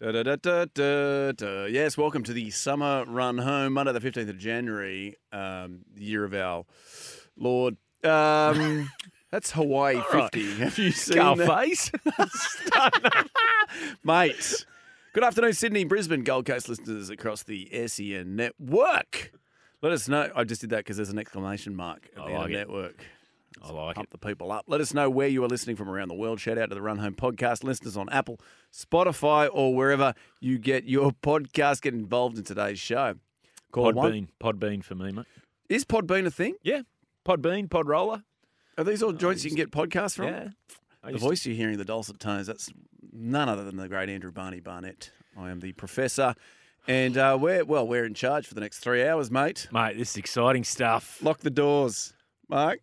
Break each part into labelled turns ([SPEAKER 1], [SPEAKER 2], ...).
[SPEAKER 1] Da, da, da, da, da, da. Yes, welcome to the summer run home, Monday the 15th of January, um, the year of our Lord. Um, that's Hawaii 50. Have you seen that?
[SPEAKER 2] Scarface.
[SPEAKER 1] Mate. Good afternoon, Sydney, Brisbane, Gold Coast listeners across the SEN network. Let us know. I just did that because there's an exclamation mark at the
[SPEAKER 2] I
[SPEAKER 1] end of
[SPEAKER 2] like it.
[SPEAKER 1] network.
[SPEAKER 2] I like
[SPEAKER 1] Pump
[SPEAKER 2] it.
[SPEAKER 1] the people up. Let us know where you are listening from around the world. Shout out to the Run Home Podcast listeners on Apple, Spotify, or wherever you get your podcast. Get involved in today's show. Call one-
[SPEAKER 2] Podbean, Podbean for me, mate.
[SPEAKER 1] Is Podbean a thing?
[SPEAKER 2] Yeah, Podbean, Podroller.
[SPEAKER 1] Are these all joints you can get podcasts from?
[SPEAKER 2] Oh, Yeah. I
[SPEAKER 1] The
[SPEAKER 2] used to-
[SPEAKER 1] voice you're hearing, the dulcet tones, that's none other than the great Andrew Barney Barnett. I am the professor, and uh, we're well, we're in charge for the next three hours, mate.
[SPEAKER 2] Mate, this is exciting stuff.
[SPEAKER 1] Lock the doors, Mark.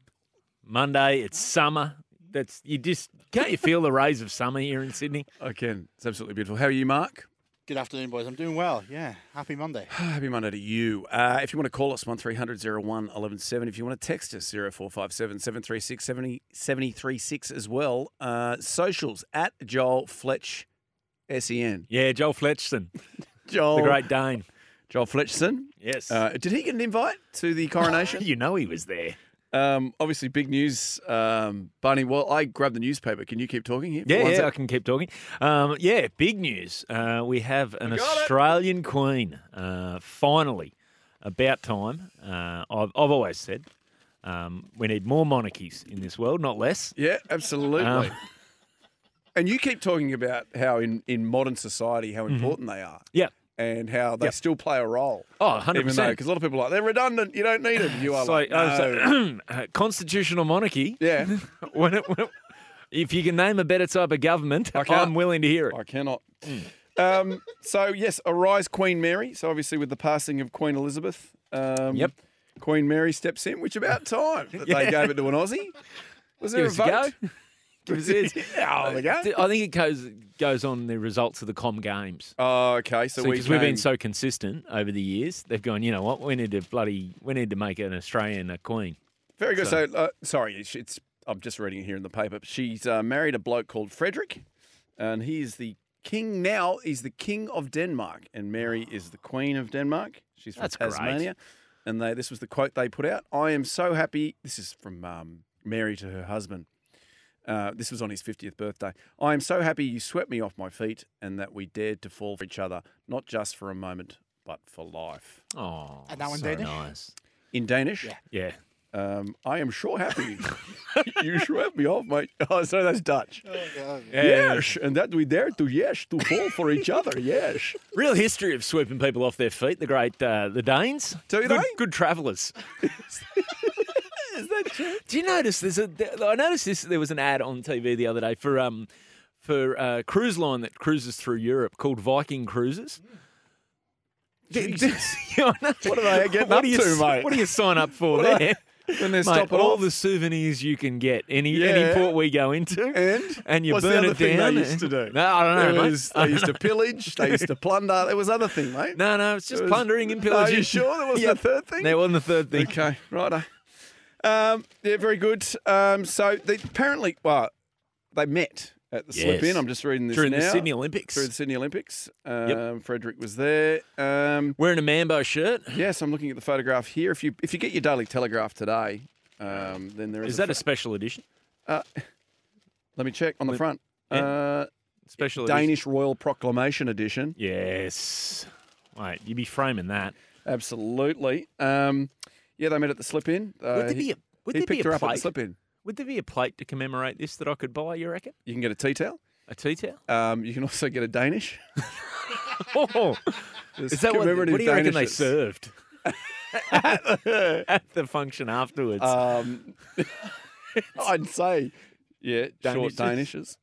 [SPEAKER 2] Monday, it's summer. That's you just can't you feel the rays of summer here in Sydney?
[SPEAKER 1] I can. It's absolutely beautiful. How are you, Mark?
[SPEAKER 3] Good afternoon, boys. I'm doing well. Yeah, happy Monday.
[SPEAKER 1] Ah, Happy Monday to you. Uh, if you want to call us, 1300 01 1170. If you want to text us, 0457 736 70 736 as well. Uh, socials at Joel Fletch E SEN.
[SPEAKER 2] Yeah, Joel Fletchson,
[SPEAKER 1] Joel,
[SPEAKER 2] the Great Dane.
[SPEAKER 1] Joel Fletchson.
[SPEAKER 2] Yes.
[SPEAKER 1] Uh, did he get an invite to the coronation?
[SPEAKER 2] you know he was there.
[SPEAKER 1] um, obviously, big news, um, Barney. Well, I grabbed the newspaper. Can you keep talking here? for
[SPEAKER 2] Yeah,
[SPEAKER 1] one
[SPEAKER 2] yeah, I
[SPEAKER 1] sec?
[SPEAKER 2] can keep talking. Um, yeah, big news. Uh, we have an Australian queen. Uh, finally, about time. Uh, I've, I've always said um, we need more monarchies in this world, not less.
[SPEAKER 1] Yeah, absolutely.
[SPEAKER 2] Um,
[SPEAKER 1] and you keep talking about how in, in modern society, how important they are.
[SPEAKER 2] Yeah.
[SPEAKER 1] And how they
[SPEAKER 2] Mm-hmm. Yep.
[SPEAKER 1] still play a role.
[SPEAKER 2] Oh, 100
[SPEAKER 1] Even though,
[SPEAKER 2] percent.
[SPEAKER 1] because a lot of people are like, they're redundant. You don't need them. You are
[SPEAKER 2] So,
[SPEAKER 1] like,
[SPEAKER 2] uh, so,
[SPEAKER 1] "No."
[SPEAKER 2] uh, constitutional monarchy.
[SPEAKER 1] yeah,
[SPEAKER 2] when it, when it- if you can name a better type of government,
[SPEAKER 1] I can't-
[SPEAKER 2] I'm willing to hear it.
[SPEAKER 1] I cannot. Um, so yes, arise Queen Mary. So obviously, with the passing of Queen Elizabeth, um,
[SPEAKER 2] Yep.
[SPEAKER 1] Queen Mary steps in. Which about time that they
[SPEAKER 2] Yeah.
[SPEAKER 1] gave it to an Aussie. Was there
[SPEAKER 2] Give us
[SPEAKER 1] a
[SPEAKER 2] a
[SPEAKER 1] vote?
[SPEAKER 2] go. Give us his.
[SPEAKER 1] Oh, there we go.
[SPEAKER 2] uh, I think it goes goes on the results of the Com Games.
[SPEAKER 1] Oh, okay. So, we
[SPEAKER 2] because we've
[SPEAKER 1] came-
[SPEAKER 2] been so consistent over the years, they've gone. You know what? We need to bloody we need to make an Australian a queen.
[SPEAKER 1] very good. So, uh, sorry, it's, it's I'm just reading it here in the paper. She's uh, married a bloke called Frederick, and he is the king now. He's the king of Denmark, and Mary is the queen of Denmark. She's from
[SPEAKER 2] That's great.
[SPEAKER 1] Tasmania, and they this was the quote they put out. I am so happy. This is from um, Mary to her husband. Uh, this was on his 50th birthday. I am so happy you swept me off my feet and that we dared to fall for each other, not just for a moment, but for life.
[SPEAKER 2] Oh,
[SPEAKER 3] And that one
[SPEAKER 2] so
[SPEAKER 3] Danish?
[SPEAKER 2] nice.
[SPEAKER 1] In Danish,
[SPEAKER 3] Yeah.
[SPEAKER 2] Yeah,
[SPEAKER 1] Um, I am sure happy. you swept me off, mate. Oh, sorry, that's Dutch. Yes, and that we dare to yes to fall for each other. Yes.
[SPEAKER 2] real history of sweeping people off their feet. The great uh, the Danes.
[SPEAKER 1] Do
[SPEAKER 2] good,
[SPEAKER 1] they?
[SPEAKER 2] good travellers. Is that true? Do you notice? There's a. I noticed this. There was an ad on TV the other day for um for a cruise line that cruises through Europe called Viking Cruises.
[SPEAKER 1] Jesus.
[SPEAKER 2] Yeah, I know.
[SPEAKER 1] Mm. What are they getting
[SPEAKER 2] What
[SPEAKER 1] up
[SPEAKER 2] do you
[SPEAKER 1] to,
[SPEAKER 2] s-
[SPEAKER 1] mate?
[SPEAKER 2] What do you sign up for
[SPEAKER 1] What are-
[SPEAKER 2] there?
[SPEAKER 1] When they're
[SPEAKER 2] Mate,
[SPEAKER 1] stopping
[SPEAKER 2] all
[SPEAKER 1] off.
[SPEAKER 2] the souvenirs you can get, any any
[SPEAKER 1] Yeah.
[SPEAKER 2] port we go into,
[SPEAKER 1] And?
[SPEAKER 2] you
[SPEAKER 1] What's the
[SPEAKER 2] burn
[SPEAKER 1] other
[SPEAKER 2] it
[SPEAKER 1] thing
[SPEAKER 2] down.
[SPEAKER 1] they used to do?
[SPEAKER 2] No, I don't know.
[SPEAKER 1] There
[SPEAKER 2] mate.
[SPEAKER 1] was, they used to pillage. They used to plunder. There was other thing, mate.
[SPEAKER 2] no, no, it's just
[SPEAKER 1] There was-
[SPEAKER 2] plundering and pillaging.
[SPEAKER 1] Are you sure there wasn't
[SPEAKER 2] Yeah.
[SPEAKER 1] a third thing?
[SPEAKER 2] There wasn't the third thing.
[SPEAKER 1] Okay, right. Um, yeah, very good. Um, so they apparently, well, they met at the slip
[SPEAKER 2] Yes.
[SPEAKER 1] in. I'm just reading this
[SPEAKER 2] During
[SPEAKER 1] now.
[SPEAKER 2] the Sydney Olympics,
[SPEAKER 1] Through the Sydney Olympics. Um, Frederick was there. Um,
[SPEAKER 2] wearing a Mambo shirt.
[SPEAKER 1] yes, I'm looking at the photograph here. If you if you get your Daily Telegraph today, um, then there is.
[SPEAKER 2] Is that
[SPEAKER 1] pho-
[SPEAKER 2] a special edition?
[SPEAKER 1] Let me check on the front.
[SPEAKER 2] Yeah.
[SPEAKER 1] Uh,
[SPEAKER 2] Special edition.
[SPEAKER 1] Danish Royal Proclamation edition.
[SPEAKER 2] Yes. Wait, you'd be framing that.
[SPEAKER 1] Absolutely. Um, yeah, they met at the slip in. Uh,
[SPEAKER 2] Would there
[SPEAKER 1] he-
[SPEAKER 2] be a would
[SPEAKER 1] he
[SPEAKER 2] there be
[SPEAKER 1] picked
[SPEAKER 2] a
[SPEAKER 1] her up at the
[SPEAKER 2] plate?
[SPEAKER 1] slip in.
[SPEAKER 2] Would there be a plate to commemorate this that I could buy? You reckon?
[SPEAKER 1] You can get a tea towel.
[SPEAKER 2] A tea towel?
[SPEAKER 1] Um, you can also get a Danish.
[SPEAKER 2] Oh,
[SPEAKER 1] There's
[SPEAKER 2] is that what? What
[SPEAKER 1] commemorative
[SPEAKER 2] do you reckon they
[SPEAKER 1] Danishes.
[SPEAKER 2] served? At the function afterwards.
[SPEAKER 1] Um, I'd say, yeah, short
[SPEAKER 2] Danishes.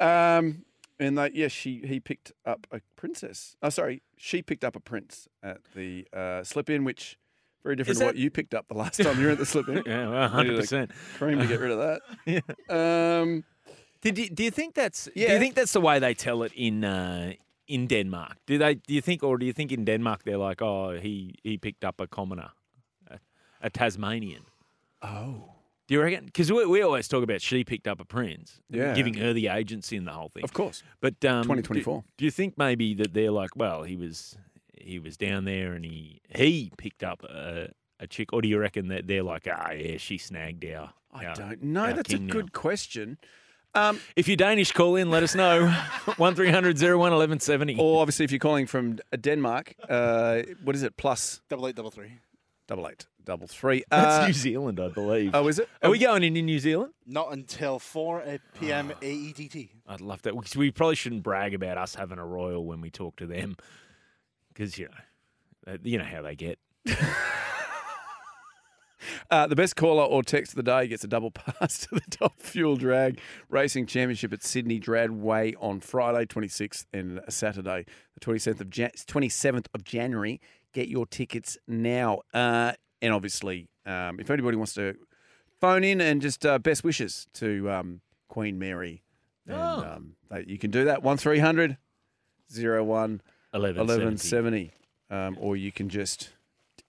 [SPEAKER 1] Danishes. Um, and they, yeah, she he picked up a princess. Oh, sorry, she picked up a prince at the uh, slip in, which very different
[SPEAKER 2] Is
[SPEAKER 1] to
[SPEAKER 2] that-
[SPEAKER 1] what you picked up the last time you were at the slip in.
[SPEAKER 2] yeah, well,
[SPEAKER 1] Needed
[SPEAKER 2] hundred
[SPEAKER 1] a
[SPEAKER 2] percent.
[SPEAKER 1] Cream to get rid of that. Um,
[SPEAKER 2] Did you, do you think that's do
[SPEAKER 1] Yeah.
[SPEAKER 2] you think that's the way they tell it in uh, in Denmark? Do they do you think or do you think in Denmark they're like, oh, he he picked up a commoner, a, a Tasmanian?
[SPEAKER 1] oh,
[SPEAKER 2] Do you reckon? Because we, we always talk about she picked up a prince,
[SPEAKER 1] Yeah.
[SPEAKER 2] giving her the agency in the whole thing.
[SPEAKER 1] Of course.
[SPEAKER 2] But um, do-
[SPEAKER 1] 2024.
[SPEAKER 2] Do, you think maybe that they're like, well, he was he was down there and he he picked up a, a chick, or do you reckon that they're like, ah, yeah, she snagged our.
[SPEAKER 1] I
[SPEAKER 2] our-
[SPEAKER 1] don't know.
[SPEAKER 2] our
[SPEAKER 1] That's a
[SPEAKER 2] king now."
[SPEAKER 1] good question. Um,
[SPEAKER 2] If you're Danish, call in. Let us know. One 1170
[SPEAKER 1] or obviously, if you're calling from Denmark, uh, what is it? Plus
[SPEAKER 3] Double eight, double three.
[SPEAKER 1] double eight, double three.
[SPEAKER 2] That's
[SPEAKER 1] Uh,
[SPEAKER 2] New Zealand, I believe.
[SPEAKER 1] oh, is it?
[SPEAKER 2] Are we going in in New Zealand?
[SPEAKER 3] Not until 4 a
[SPEAKER 1] Ah.
[SPEAKER 3] E p.m. AEDT.
[SPEAKER 2] I'd love that. 'Cause We probably shouldn't brag about us having a royal when we talk to them, because you know, uh, you know how they get.
[SPEAKER 1] Uh, the best caller or text of the day gets a double pass to the Top Fuel Drag Racing Championship at Sydney Dradway on Friday, 26th, and Saturday, the 27th of, Jan- 27th of January. Get your tickets now. Uh, and obviously, um, if anybody wants to phone in and just uh, best wishes to um, Queen Mary, and,
[SPEAKER 2] Oh.
[SPEAKER 1] um, they- you can do that. 1300 01
[SPEAKER 2] Eleven.
[SPEAKER 1] eleven seventy, um, or you can just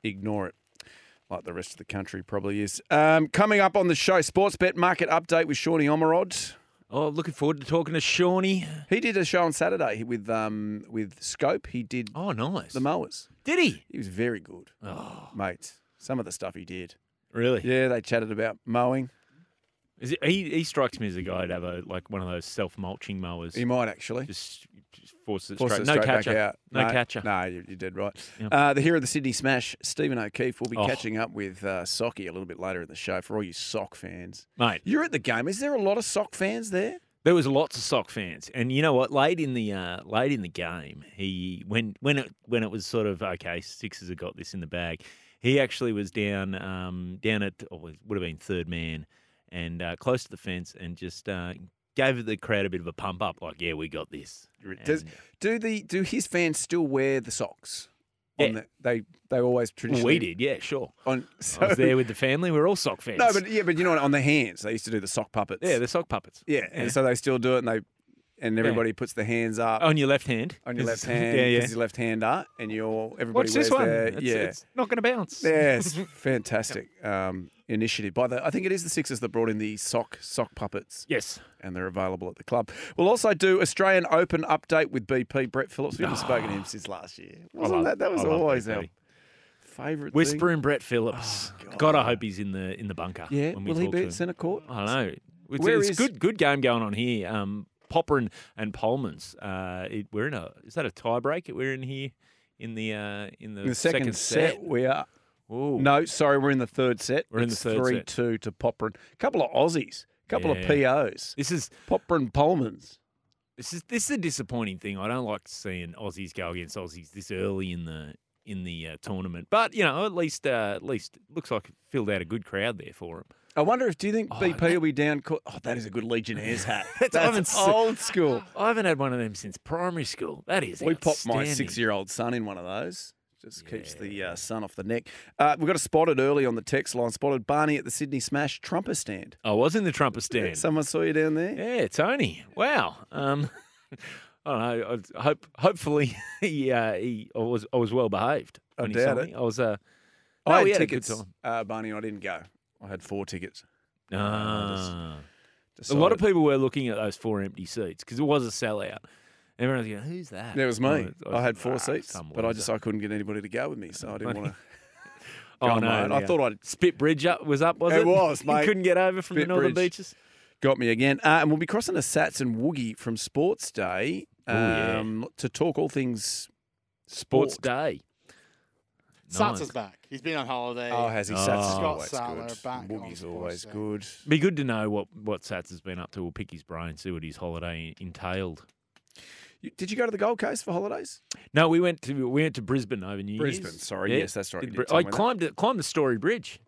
[SPEAKER 1] ignore it, like the rest of the country probably is. Um, coming up on the show, sports bet market update with Shawnee Omerod.
[SPEAKER 2] Oh, looking forward to talking to Shawnee.
[SPEAKER 1] He did a show on Saturday with um, with Scope. He did
[SPEAKER 2] Oh, nice.
[SPEAKER 1] the mowers.
[SPEAKER 2] Did he?
[SPEAKER 1] He was very good,
[SPEAKER 2] Oh,
[SPEAKER 1] mate. Some of the stuff he did.
[SPEAKER 2] really?
[SPEAKER 1] Yeah, they chatted about mowing.
[SPEAKER 2] Is it, he, he strikes me as a guy to have a, like one of those self mulching mowers.
[SPEAKER 1] He might actually.
[SPEAKER 2] just, just force it
[SPEAKER 1] Force
[SPEAKER 2] straight.
[SPEAKER 1] it
[SPEAKER 2] No
[SPEAKER 1] straight back
[SPEAKER 2] catcher.
[SPEAKER 1] out.
[SPEAKER 2] No catcher.
[SPEAKER 1] No, you, you did right.
[SPEAKER 2] Yeah.
[SPEAKER 1] Uh, the hero of the Sydney Smash, Stephen O'Keefe, will be
[SPEAKER 2] Oh.
[SPEAKER 1] catching up with uh, Socky a little bit later in the show for all you sock fans.
[SPEAKER 2] Mate,
[SPEAKER 1] You're at the game. Is there a lot of sock fans there?
[SPEAKER 2] there was lots of sock fans, and you know what? Late in the uh, late in the game, he when when it when it was sort of okay, Sixers have got this in the bag. He actually was down um, down at or was- would have been third man, and uh, close to the fence, and just uh, gave the crowd a bit of a pump up, like yeah, we got this.
[SPEAKER 1] Does,
[SPEAKER 2] And-
[SPEAKER 1] do the do his fans still wear the socks? On
[SPEAKER 2] Yeah.
[SPEAKER 1] the, they they always
[SPEAKER 2] Well,
[SPEAKER 1] traditionally
[SPEAKER 2] we did, yeah, sure.
[SPEAKER 1] on.
[SPEAKER 2] I
[SPEAKER 1] So,
[SPEAKER 2] was there with the family. We're all sock fans.
[SPEAKER 1] no, but yeah, but you know what? On the hands, they used to do the sock puppets.
[SPEAKER 2] yeah, the sock puppets.
[SPEAKER 1] yeah. And so they still do it, and they and everybody puts their hands up
[SPEAKER 2] on your left hand.
[SPEAKER 1] on your left
[SPEAKER 2] Oh, Is-
[SPEAKER 1] hand.
[SPEAKER 2] Yeah, yeah.
[SPEAKER 1] Because your left hand up, and you're everybody
[SPEAKER 2] Watch
[SPEAKER 1] wears
[SPEAKER 2] this one.
[SPEAKER 1] their
[SPEAKER 2] It's,
[SPEAKER 1] yeah.
[SPEAKER 2] it's not going to bounce.
[SPEAKER 1] Yes, fantastic um, initiative by the. I think it is the Sixers that brought in the sock sock puppets,
[SPEAKER 2] Yes.
[SPEAKER 1] and they're available at the club. We'll also do Australian Open update with BP Brett Phillips. We haven't spoken to him since last year. Wasn't
[SPEAKER 2] love-
[SPEAKER 1] that that was
[SPEAKER 2] I love
[SPEAKER 1] always
[SPEAKER 2] BP.
[SPEAKER 1] our favourite
[SPEAKER 2] Whispering Brett Phillips.
[SPEAKER 1] Oh, God.
[SPEAKER 2] God, I hope he's in the in the bunker.
[SPEAKER 1] Thing? Yeah,
[SPEAKER 2] when we
[SPEAKER 1] will he
[SPEAKER 2] talk
[SPEAKER 1] be at
[SPEAKER 2] to him. Uh,
[SPEAKER 1] centre court?
[SPEAKER 2] I know. It's,
[SPEAKER 1] Where
[SPEAKER 2] it's
[SPEAKER 1] is-
[SPEAKER 2] good good game going on here. Um, Popper and, and Polman's. Uh, it, we're in a is that a tie break? We're in here in the uh, in the,
[SPEAKER 1] In the second, set, we are.
[SPEAKER 2] Ooh.
[SPEAKER 1] No, sorry, we're in the third set.
[SPEAKER 2] We're in the
[SPEAKER 1] It's
[SPEAKER 2] third set.
[SPEAKER 1] Three two to Popperin. A couple of Aussies, a couple
[SPEAKER 2] Yeah.
[SPEAKER 1] of POs.
[SPEAKER 2] This is
[SPEAKER 1] Popperin Pullmans.
[SPEAKER 2] this is this is a disappointing thing. I don't like seeing Aussies go against Aussies this early in the in the uh, tournament. But you know, at least uh, at least it looks like it filled out a good crowd there for him.
[SPEAKER 1] I wonder if do you think
[SPEAKER 2] Oh,
[SPEAKER 1] BP
[SPEAKER 2] that-
[SPEAKER 1] will be down? Co- oh, that is a good Legionnaires hat.
[SPEAKER 2] That's- I haven't
[SPEAKER 1] That's
[SPEAKER 2] seen-
[SPEAKER 1] old school.
[SPEAKER 2] I haven't had one of them since primary school. That is
[SPEAKER 1] We popped my
[SPEAKER 2] outstanding.
[SPEAKER 1] six-year-old son in one of those. Just keeps the uh, sun off the neck. Uh, we got a spotted early on the text line. Spotted Barney at the Sydney Smash Trumper stand.
[SPEAKER 2] I was in Oh, the Trumper stand.
[SPEAKER 1] Someone saw you down there.
[SPEAKER 2] Yeah, Tony. Wow. Um, I don't know. I hope. Hopefully, he. Uh, he. I was. I was well behaved.
[SPEAKER 1] I
[SPEAKER 2] when he
[SPEAKER 1] doubt
[SPEAKER 2] saw
[SPEAKER 1] it.
[SPEAKER 2] me. I was. Uh,
[SPEAKER 1] I
[SPEAKER 2] no,
[SPEAKER 1] had
[SPEAKER 2] we had a good
[SPEAKER 1] tickets,
[SPEAKER 2] time.
[SPEAKER 1] Uh, Barney. and I didn't go. I had four tickets.
[SPEAKER 2] Ah. a lot of
[SPEAKER 1] Decided-
[SPEAKER 2] people were looking at those four empty seats because it was a sellout. Everyone was going, "Who's that?"
[SPEAKER 1] There was
[SPEAKER 2] I
[SPEAKER 1] me.
[SPEAKER 2] was-
[SPEAKER 1] I, had four
[SPEAKER 2] "Ah,
[SPEAKER 1] seats,
[SPEAKER 2] some
[SPEAKER 1] but I
[SPEAKER 2] loser."
[SPEAKER 1] just I couldn't get anybody to go with me, so I didn't want to.
[SPEAKER 2] Oh,
[SPEAKER 1] on
[SPEAKER 2] no,
[SPEAKER 1] my own. I
[SPEAKER 2] yeah.
[SPEAKER 1] thought I'd-
[SPEAKER 2] Spit Bridge up was up, was
[SPEAKER 1] It
[SPEAKER 2] it?
[SPEAKER 1] was, mate.
[SPEAKER 2] You couldn't get over from
[SPEAKER 1] Spit
[SPEAKER 2] the northern
[SPEAKER 1] Bridge.
[SPEAKER 2] beaches.
[SPEAKER 1] Got me again. Uh, and we'll be crossing to Sats and Woogie from Sports Day
[SPEAKER 2] Ooh, yeah.
[SPEAKER 1] um, to talk all things
[SPEAKER 2] Sports
[SPEAKER 1] sport.
[SPEAKER 2] Day.
[SPEAKER 3] Sats
[SPEAKER 2] Nice.
[SPEAKER 3] is back. He's been on holiday.
[SPEAKER 1] Oh, has he?
[SPEAKER 2] Oh.
[SPEAKER 1] Sats is
[SPEAKER 2] Scott
[SPEAKER 1] always
[SPEAKER 3] Sattler
[SPEAKER 1] good.
[SPEAKER 3] back on
[SPEAKER 1] Woogie's
[SPEAKER 3] Sports
[SPEAKER 1] always
[SPEAKER 3] Day.
[SPEAKER 1] good.
[SPEAKER 2] Be good to know what what Sats has been up to. We'll pick his brain, see what his holiday entailed.
[SPEAKER 1] You- Did you go to the Gold Coast for holidays?
[SPEAKER 2] No, we went to we went to Brisbane over New Year's.
[SPEAKER 1] Brisbane, sorry. Yes, that's right.
[SPEAKER 2] Did
[SPEAKER 1] You
[SPEAKER 2] Bri-
[SPEAKER 1] did tell
[SPEAKER 2] I
[SPEAKER 1] me that.
[SPEAKER 2] climbed the, climbed the Story Bridge.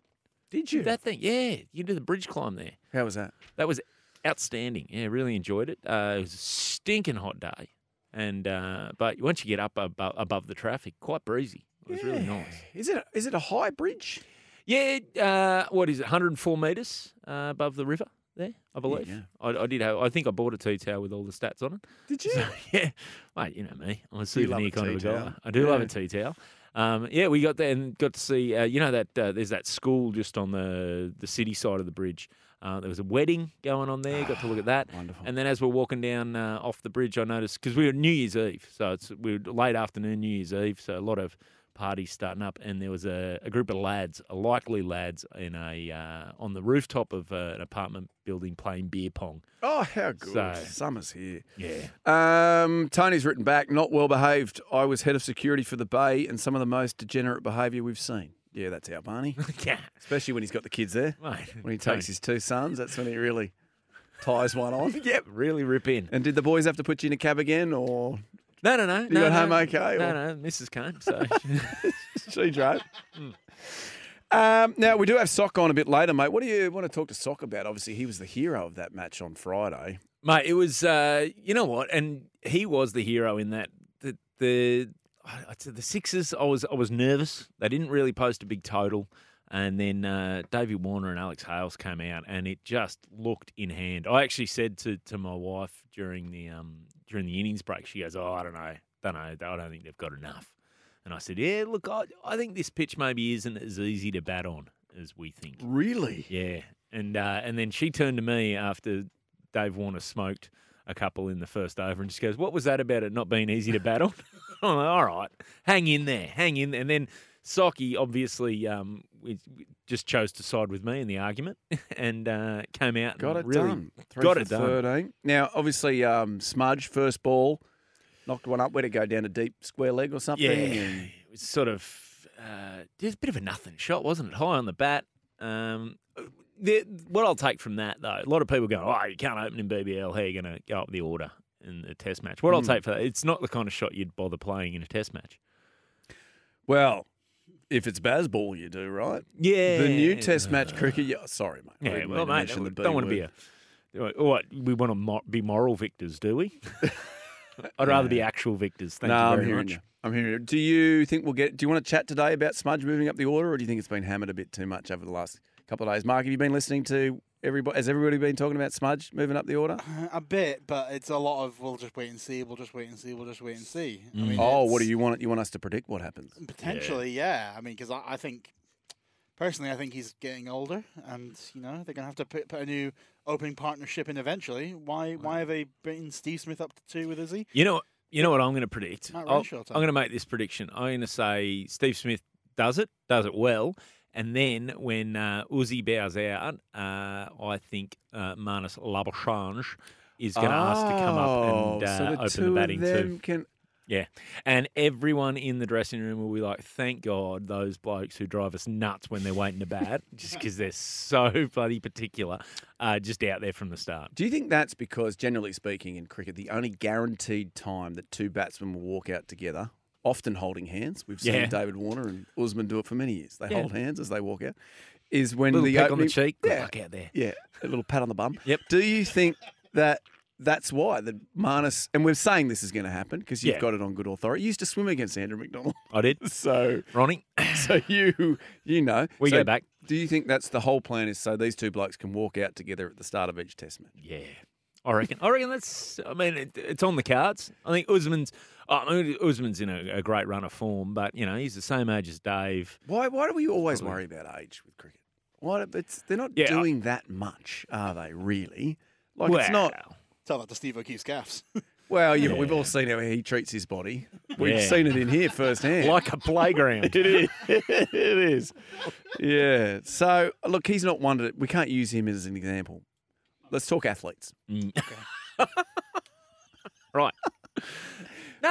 [SPEAKER 1] Did
[SPEAKER 2] Did that thing? Yeah, you did the bridge climb there.
[SPEAKER 1] How was that?
[SPEAKER 2] That was outstanding. Yeah, really enjoyed it. Uh, it was a stinking hot day, and uh, but once you get up above, above the traffic, quite breezy. It was really
[SPEAKER 1] Yeah.
[SPEAKER 2] nice.
[SPEAKER 1] Is it a, is it a high bridge?
[SPEAKER 2] Yeah, uh, what is it? 104 meters uh, above the river there, I believe.
[SPEAKER 1] yeah.
[SPEAKER 2] I, I did. Have, I think I bought a tea towel with all the stats on it.
[SPEAKER 1] Did you?
[SPEAKER 2] So, yeah, mate, you know me. I'm a
[SPEAKER 1] You love
[SPEAKER 2] souvenir
[SPEAKER 1] a
[SPEAKER 2] kind of a
[SPEAKER 1] tea
[SPEAKER 2] guy.
[SPEAKER 1] towel.
[SPEAKER 2] I do love a
[SPEAKER 1] Yeah.
[SPEAKER 2] tea towel. Um, yeah, we got there and got to see. Uh, you know that uh, there's that school just on the the city side of the bridge. Uh, there was a wedding going on there. Got to look at that.
[SPEAKER 1] Wonderful.
[SPEAKER 2] And then as we're walking down uh, off the bridge, I noticed because we were New Year's Eve, so it's we were late afternoon New Year's Eve, so a lot of parties starting up. And there was a, a group of lads, uh, likely lads, in a uh, on the rooftop of uh, an apartment building playing beer pong.
[SPEAKER 1] Oh, how good.
[SPEAKER 2] So-
[SPEAKER 1] Summer's here.
[SPEAKER 2] Yeah,
[SPEAKER 1] Um, Tony's written back, not well behaved. I was head of security for the Bay and some of the most degenerate behaviour we've seen. Yeah, that's our Barney.
[SPEAKER 2] yeah,
[SPEAKER 1] Especially when he's got the kids there.
[SPEAKER 2] mate.
[SPEAKER 1] When he takes his two sons, that's when he really ties one on.
[SPEAKER 2] Yep, really rip in.
[SPEAKER 1] And did the boys have to put you in a cab again or
[SPEAKER 2] No, no, no. You no,
[SPEAKER 1] got
[SPEAKER 2] no.
[SPEAKER 1] home okay,
[SPEAKER 2] No,
[SPEAKER 1] or-
[SPEAKER 2] no, Mrs. Came. So
[SPEAKER 1] she drove?
[SPEAKER 2] Mm.
[SPEAKER 1] Um, now, we do have Sock on a bit later, mate. What do you want to talk to Sock about? Obviously, he was the hero of that match on Friday.
[SPEAKER 2] Mate, it was. Uh, you know what? And he was the hero in that. The the I- I'd say the Sixers. I was I was nervous. They didn't really post a big total, and then uh, Davey Warner and Alex Hales came out, and it just looked in hand. I actually said to to my wife during the um during the innings break. She goes, "Oh, I don't know, don't know. I don't think they've got enough." And I said, "Yeah, look, I I think this pitch maybe isn't as easy to bat on as we think."
[SPEAKER 1] Really?
[SPEAKER 2] Yeah, and uh, and then she turned to me after Dave Warner smoked a couple in the first over, and she goes, "What was that about it not being easy to battle?" I'm like, "All right, hang in there, hang in." And then Socky obviously um, we- we just chose to side with me in the argument, and uh, came out
[SPEAKER 1] Got it
[SPEAKER 2] and really
[SPEAKER 1] done. Three
[SPEAKER 2] got
[SPEAKER 1] for
[SPEAKER 2] it done.
[SPEAKER 1] 13. Now, obviously, um, Smudge, first ball, knocked one up. Where to go down a deep square leg or something?
[SPEAKER 2] Yeah,
[SPEAKER 1] and-
[SPEAKER 2] it was sort of uh, it was a bit of a nothing shot, wasn't it? High on the bat. Um, the, what I'll take from that though, a lot of people go, "Oh, you can't open in BBL. How are you going to go up the order in the Test match?" What I'll
[SPEAKER 1] Mm.
[SPEAKER 2] take for that, it's not the kind of shot you'd bother playing in a Test match.
[SPEAKER 1] Well, if it's baseball, you do, right?
[SPEAKER 2] Yeah,
[SPEAKER 1] The new test match cricket. Yeah, sorry, mate. I
[SPEAKER 2] Yeah,
[SPEAKER 1] didn't
[SPEAKER 2] well,
[SPEAKER 1] mean to
[SPEAKER 2] mate,
[SPEAKER 1] mention the
[SPEAKER 2] don't,
[SPEAKER 1] B
[SPEAKER 2] want to be
[SPEAKER 1] word.
[SPEAKER 2] a. What we want to mo- be moral victors, do we? I'd rather be actual victors. Thank
[SPEAKER 1] no,
[SPEAKER 2] you
[SPEAKER 1] I'm
[SPEAKER 2] very
[SPEAKER 1] hearing
[SPEAKER 2] much.
[SPEAKER 1] you. I'm hearing you. Do you think we'll get? Do you want to chat today about Smudge moving up the order, or do you think it's been hammered a bit too much over the last couple of days? Mark, have you been listening to everybody? Has everybody been talking about Smudge moving up the order?
[SPEAKER 3] A bit, but it's a lot of we'll just wait and see, we'll just wait and see, we'll just wait and see. I mean,
[SPEAKER 1] Oh, what
[SPEAKER 3] it's-
[SPEAKER 1] do you want? You want us to predict what happens?
[SPEAKER 3] Potentially, yeah. I mean, because I, I think, personally, I think he's getting older, and you know they're gonna have to put, put a new opening partnership in eventually. Why? Why have they bringing Steve Smith up to two with Izzy?
[SPEAKER 2] You know, you know what I'm going to predict.
[SPEAKER 3] Matt
[SPEAKER 1] Oh,
[SPEAKER 2] I'll-
[SPEAKER 3] Renshaw,
[SPEAKER 2] I'm going to make this prediction. I'm going to say Steve Smith does it, does it well, and then when uh, Uzi bows out, uh, I think uh, Manus Labuschagne is going to ask to come up and
[SPEAKER 1] Oh,
[SPEAKER 2] uh,
[SPEAKER 1] so the
[SPEAKER 2] open
[SPEAKER 1] two
[SPEAKER 2] the batting
[SPEAKER 1] of them
[SPEAKER 2] too.
[SPEAKER 1] Can,
[SPEAKER 2] Yeah, and everyone in the dressing room will be like, "Thank God those blokes who drive us nuts when they're waiting to bat, just because they're so bloody particular, uh, just out there from the start."
[SPEAKER 1] do you think that's because, generally speaking, in cricket, the only guaranteed time that two batsmen will walk out together, often holding hands, we've seen
[SPEAKER 2] Yeah.
[SPEAKER 1] David Warner and Usman do it for many years. They
[SPEAKER 2] Yeah.
[SPEAKER 1] hold hands as they walk out. Is when
[SPEAKER 2] Little
[SPEAKER 1] the
[SPEAKER 2] peck
[SPEAKER 1] opening,
[SPEAKER 2] on the cheek, good
[SPEAKER 1] Yeah.
[SPEAKER 2] luck out there.
[SPEAKER 1] yeah, a little pat on the bum.
[SPEAKER 2] Yep.
[SPEAKER 1] Do you think that that's why that Marnus and we're saying this is going to happen because you've
[SPEAKER 2] Yeah.
[SPEAKER 1] got it on good authority. You used to swim against Andrew McDonald,
[SPEAKER 2] I did,
[SPEAKER 1] so
[SPEAKER 2] Ronnie.
[SPEAKER 1] so you you know
[SPEAKER 2] We
[SPEAKER 1] So
[SPEAKER 2] go back.
[SPEAKER 1] Do you think that's the whole plan? Is so these two blokes can walk out together at the start of each test match?
[SPEAKER 2] Yeah, I reckon. I reckon that's. I mean, it, it's on the cards. I think Usman's. oh, I mean, Usman's in a, a great run of form, but you know he's the same age as Dave.
[SPEAKER 1] Why? Why do we always
[SPEAKER 2] Probably.
[SPEAKER 1] worry about age with cricket? Why? do- It's they're not
[SPEAKER 2] Yeah, I-
[SPEAKER 1] doing that much, are they? Really? Like
[SPEAKER 2] well,
[SPEAKER 1] it's not.
[SPEAKER 3] Tell that to Steve O'Keefe's calves.
[SPEAKER 1] Well, yeah, but we've
[SPEAKER 2] Yeah.
[SPEAKER 1] all seen how he treats his body. We've
[SPEAKER 2] Yeah.
[SPEAKER 1] seen it in here firsthand.
[SPEAKER 2] like a playground.
[SPEAKER 1] it is. it is. Yeah. So look, he's not one. To, we can't use him as an example. Let's talk athletes.
[SPEAKER 2] Mm. right. No,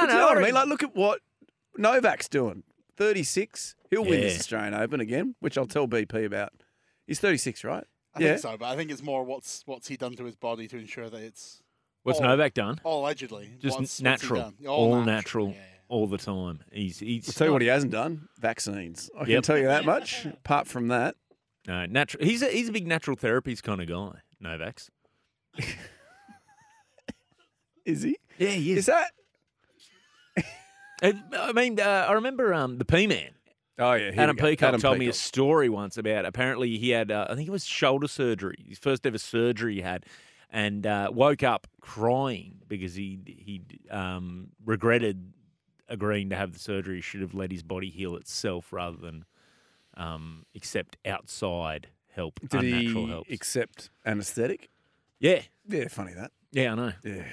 [SPEAKER 1] Do you know what I mean?
[SPEAKER 2] reckon-
[SPEAKER 1] Like, look at what Novak's doing. 36. He'll win this
[SPEAKER 2] Yeah.
[SPEAKER 1] Australian Open again, which I'll tell BP about. He's 36, right?
[SPEAKER 3] I
[SPEAKER 1] yeah.
[SPEAKER 3] think so, but I think it's more what's what's he done to his body to ensure that it's
[SPEAKER 2] what's
[SPEAKER 3] Oh.
[SPEAKER 2] Novak done?
[SPEAKER 3] all allegedly
[SPEAKER 2] Just
[SPEAKER 3] what's- what's he
[SPEAKER 2] natural,
[SPEAKER 3] done?
[SPEAKER 2] all, natural,
[SPEAKER 3] Yeah, yeah.
[SPEAKER 2] all the time. He's he's
[SPEAKER 1] I'll tell you
[SPEAKER 2] not-
[SPEAKER 1] what he hasn't done vaccines. I can
[SPEAKER 2] Yep.
[SPEAKER 1] tell you that much. Apart from that,
[SPEAKER 2] No, natural. He's a, he's a big natural therapies kind of guy. Novak's.
[SPEAKER 1] is he?
[SPEAKER 2] Yeah, he
[SPEAKER 1] Is that?
[SPEAKER 2] I I mean, uh, I remember um, the P Man.
[SPEAKER 1] Oh, yeah. here
[SPEAKER 2] Adam
[SPEAKER 1] we go.
[SPEAKER 2] Peacock told me a
[SPEAKER 1] Peacock.
[SPEAKER 2] story once about apparently he had, uh, I think it was shoulder surgery, his first ever surgery he had, and uh, woke up crying because he he um, regretted agreeing to have the surgery should have let his body heal itself rather than um, accept outside help,
[SPEAKER 1] Did
[SPEAKER 2] unnatural
[SPEAKER 1] he
[SPEAKER 2] help.
[SPEAKER 1] accept anaesthetic?
[SPEAKER 2] yeah,
[SPEAKER 1] Yeah, funny that.
[SPEAKER 2] yeah, I know.
[SPEAKER 1] Yeah.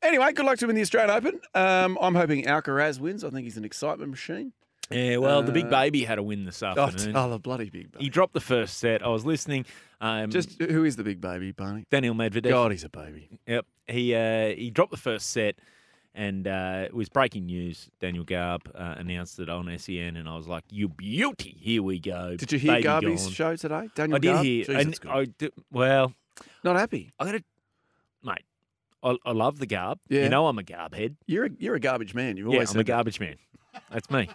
[SPEAKER 1] Anyway, good luck to him in the Australian Open. Um, I'm hoping Alcaraz wins. I think he's an excitement machine.
[SPEAKER 2] Yeah, well, the big
[SPEAKER 1] Uh,
[SPEAKER 2] baby had a win this
[SPEAKER 1] Oh,
[SPEAKER 2] afternoon.
[SPEAKER 1] oh, the bloody big
[SPEAKER 2] he
[SPEAKER 1] baby.
[SPEAKER 2] dropped the first set. I was listening. Um,
[SPEAKER 1] Just who is the big baby, Barney?
[SPEAKER 2] Daniel Medvedev.
[SPEAKER 1] God, he's a baby.
[SPEAKER 2] Yep. He uh, he dropped the first set, and uh, it was breaking news. Daniel Garb uh, announced it on SEN, and I was like, "You beauty! Here we go."
[SPEAKER 1] Did you hear
[SPEAKER 2] baby
[SPEAKER 1] Garby's
[SPEAKER 2] gone."
[SPEAKER 1] show today? Daniel
[SPEAKER 2] I did
[SPEAKER 1] Garb?
[SPEAKER 2] hear.
[SPEAKER 1] Jeez,
[SPEAKER 2] and
[SPEAKER 1] that's good.
[SPEAKER 2] I did, well,
[SPEAKER 1] Not happy.
[SPEAKER 2] I gotta, mate. I, I love the Garb.
[SPEAKER 1] Yeah.
[SPEAKER 2] You know I'm a Garb head.
[SPEAKER 1] You're a, you're a garbage man. You've
[SPEAKER 2] Yeah,
[SPEAKER 1] always
[SPEAKER 2] I'm a
[SPEAKER 1] said that.
[SPEAKER 2] garbage man. That's me.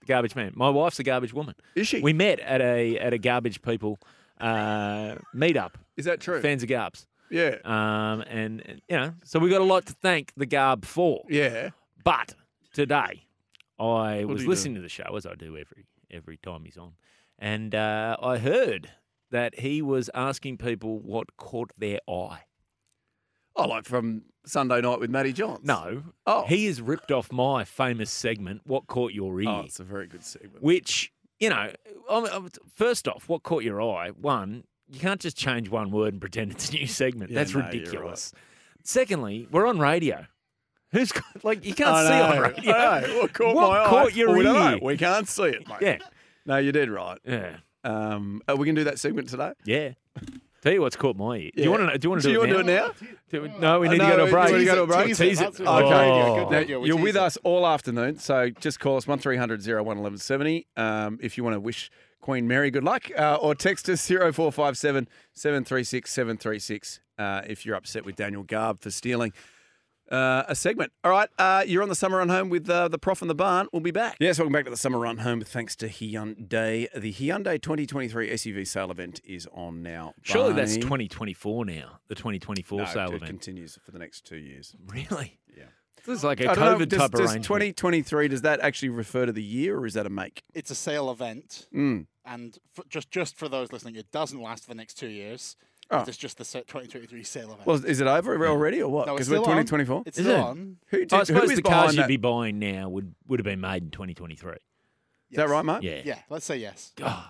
[SPEAKER 2] The garbage man. My wife's a garbage woman.
[SPEAKER 1] Is she?
[SPEAKER 2] We met at a at a garbage people uh, meetup.
[SPEAKER 1] is that true?
[SPEAKER 2] Fans of Garbs.
[SPEAKER 1] yeah.
[SPEAKER 2] Um, and and, you know, so we got a lot to thank the Garb for.
[SPEAKER 1] Yeah.
[SPEAKER 2] But today,
[SPEAKER 1] What
[SPEAKER 2] I
[SPEAKER 1] do
[SPEAKER 2] was
[SPEAKER 1] you do?
[SPEAKER 2] listening to the show as I do every every time he's on, and uh, I heard that he was asking people what caught their eye.
[SPEAKER 1] Oh, like from Sunday night with Matty Johns.
[SPEAKER 2] No,
[SPEAKER 1] Oh.
[SPEAKER 2] he has ripped off my famous segment, "What Caught Your Ear,"
[SPEAKER 1] Oh, it's a very good segment.
[SPEAKER 2] which you know, I'm, I'm- first off, what caught your eye? One, you can't just change one word and pretend it's a new segment.
[SPEAKER 1] Yeah,
[SPEAKER 2] That's
[SPEAKER 1] no, you're right.
[SPEAKER 2] ridiculous. Secondly, we're on radio. Who's got, like you can't
[SPEAKER 1] I
[SPEAKER 2] see
[SPEAKER 1] know,
[SPEAKER 2] on radio?
[SPEAKER 1] I know. What caught
[SPEAKER 2] What
[SPEAKER 1] my eye?
[SPEAKER 2] caught your
[SPEAKER 1] Well, we, don't
[SPEAKER 2] ear?
[SPEAKER 1] know. we can't see it, mate.
[SPEAKER 2] Yeah,
[SPEAKER 1] No, you did right.
[SPEAKER 2] yeah.
[SPEAKER 1] Um, are we going to do that segment today?
[SPEAKER 2] Yeah. Tell you what's caught my ear. Do
[SPEAKER 1] Yeah.
[SPEAKER 2] you want to? Do you want to
[SPEAKER 1] Do
[SPEAKER 2] do,
[SPEAKER 1] you
[SPEAKER 2] it
[SPEAKER 1] want to do it
[SPEAKER 2] now?
[SPEAKER 1] now?
[SPEAKER 2] Do we- no, we need
[SPEAKER 1] No, we-
[SPEAKER 2] to go to a break.
[SPEAKER 1] we need to go to a break.
[SPEAKER 2] Tease it.
[SPEAKER 3] Tease it. That's
[SPEAKER 1] what we
[SPEAKER 2] Oh.
[SPEAKER 3] do. Good
[SPEAKER 1] Now,
[SPEAKER 3] Yeah, we
[SPEAKER 1] you're
[SPEAKER 3] tease
[SPEAKER 1] with
[SPEAKER 3] it.
[SPEAKER 1] us all afternoon, so just call us 1300 01 1170 um, if you want to wish Queen Mary good luck, uh, or text us 0457 736 736 uh, if you're upset with Daniel Garb for stealing uh, a segment. All right, uh, you're on the Summer Run Home with uh, the Prof and the Barn. We'll be back. Yes, welcome back to the Summer Run Home. Thanks to Hyundai. The Hyundai 2023 SUV sale event is on now.
[SPEAKER 2] Surely that's
[SPEAKER 1] Barney.
[SPEAKER 2] 2024 now. The 2024
[SPEAKER 1] No,
[SPEAKER 2] sale
[SPEAKER 1] it
[SPEAKER 2] event.
[SPEAKER 1] continues for the next two years.
[SPEAKER 2] Really?
[SPEAKER 1] Yeah.
[SPEAKER 2] This is like a
[SPEAKER 1] I don't know,
[SPEAKER 2] COVID
[SPEAKER 1] does,
[SPEAKER 2] type
[SPEAKER 1] does
[SPEAKER 2] arrangement.
[SPEAKER 1] 2023, does that actually refer to the year or is that a make?
[SPEAKER 3] It's a sale event,
[SPEAKER 1] Mm.
[SPEAKER 3] and f- just just for those listening, it doesn't last for the next two years.
[SPEAKER 1] Oh.
[SPEAKER 3] It's just the se- 2023 sale event.
[SPEAKER 1] Well, is it over already or what?
[SPEAKER 3] No, it's
[SPEAKER 1] Because we're
[SPEAKER 3] still on.
[SPEAKER 1] 2024.
[SPEAKER 3] it's
[SPEAKER 2] is
[SPEAKER 3] still
[SPEAKER 2] it?
[SPEAKER 3] on.
[SPEAKER 1] Who did,
[SPEAKER 2] I
[SPEAKER 1] who
[SPEAKER 2] suppose
[SPEAKER 1] is
[SPEAKER 2] the
[SPEAKER 1] behind
[SPEAKER 2] cars
[SPEAKER 1] that?
[SPEAKER 2] you'd be buying now would, would have been made in 2023.
[SPEAKER 1] Is that
[SPEAKER 3] Yes.
[SPEAKER 1] right, mate?
[SPEAKER 2] Yeah.
[SPEAKER 3] Yeah, let's say yes.
[SPEAKER 2] God.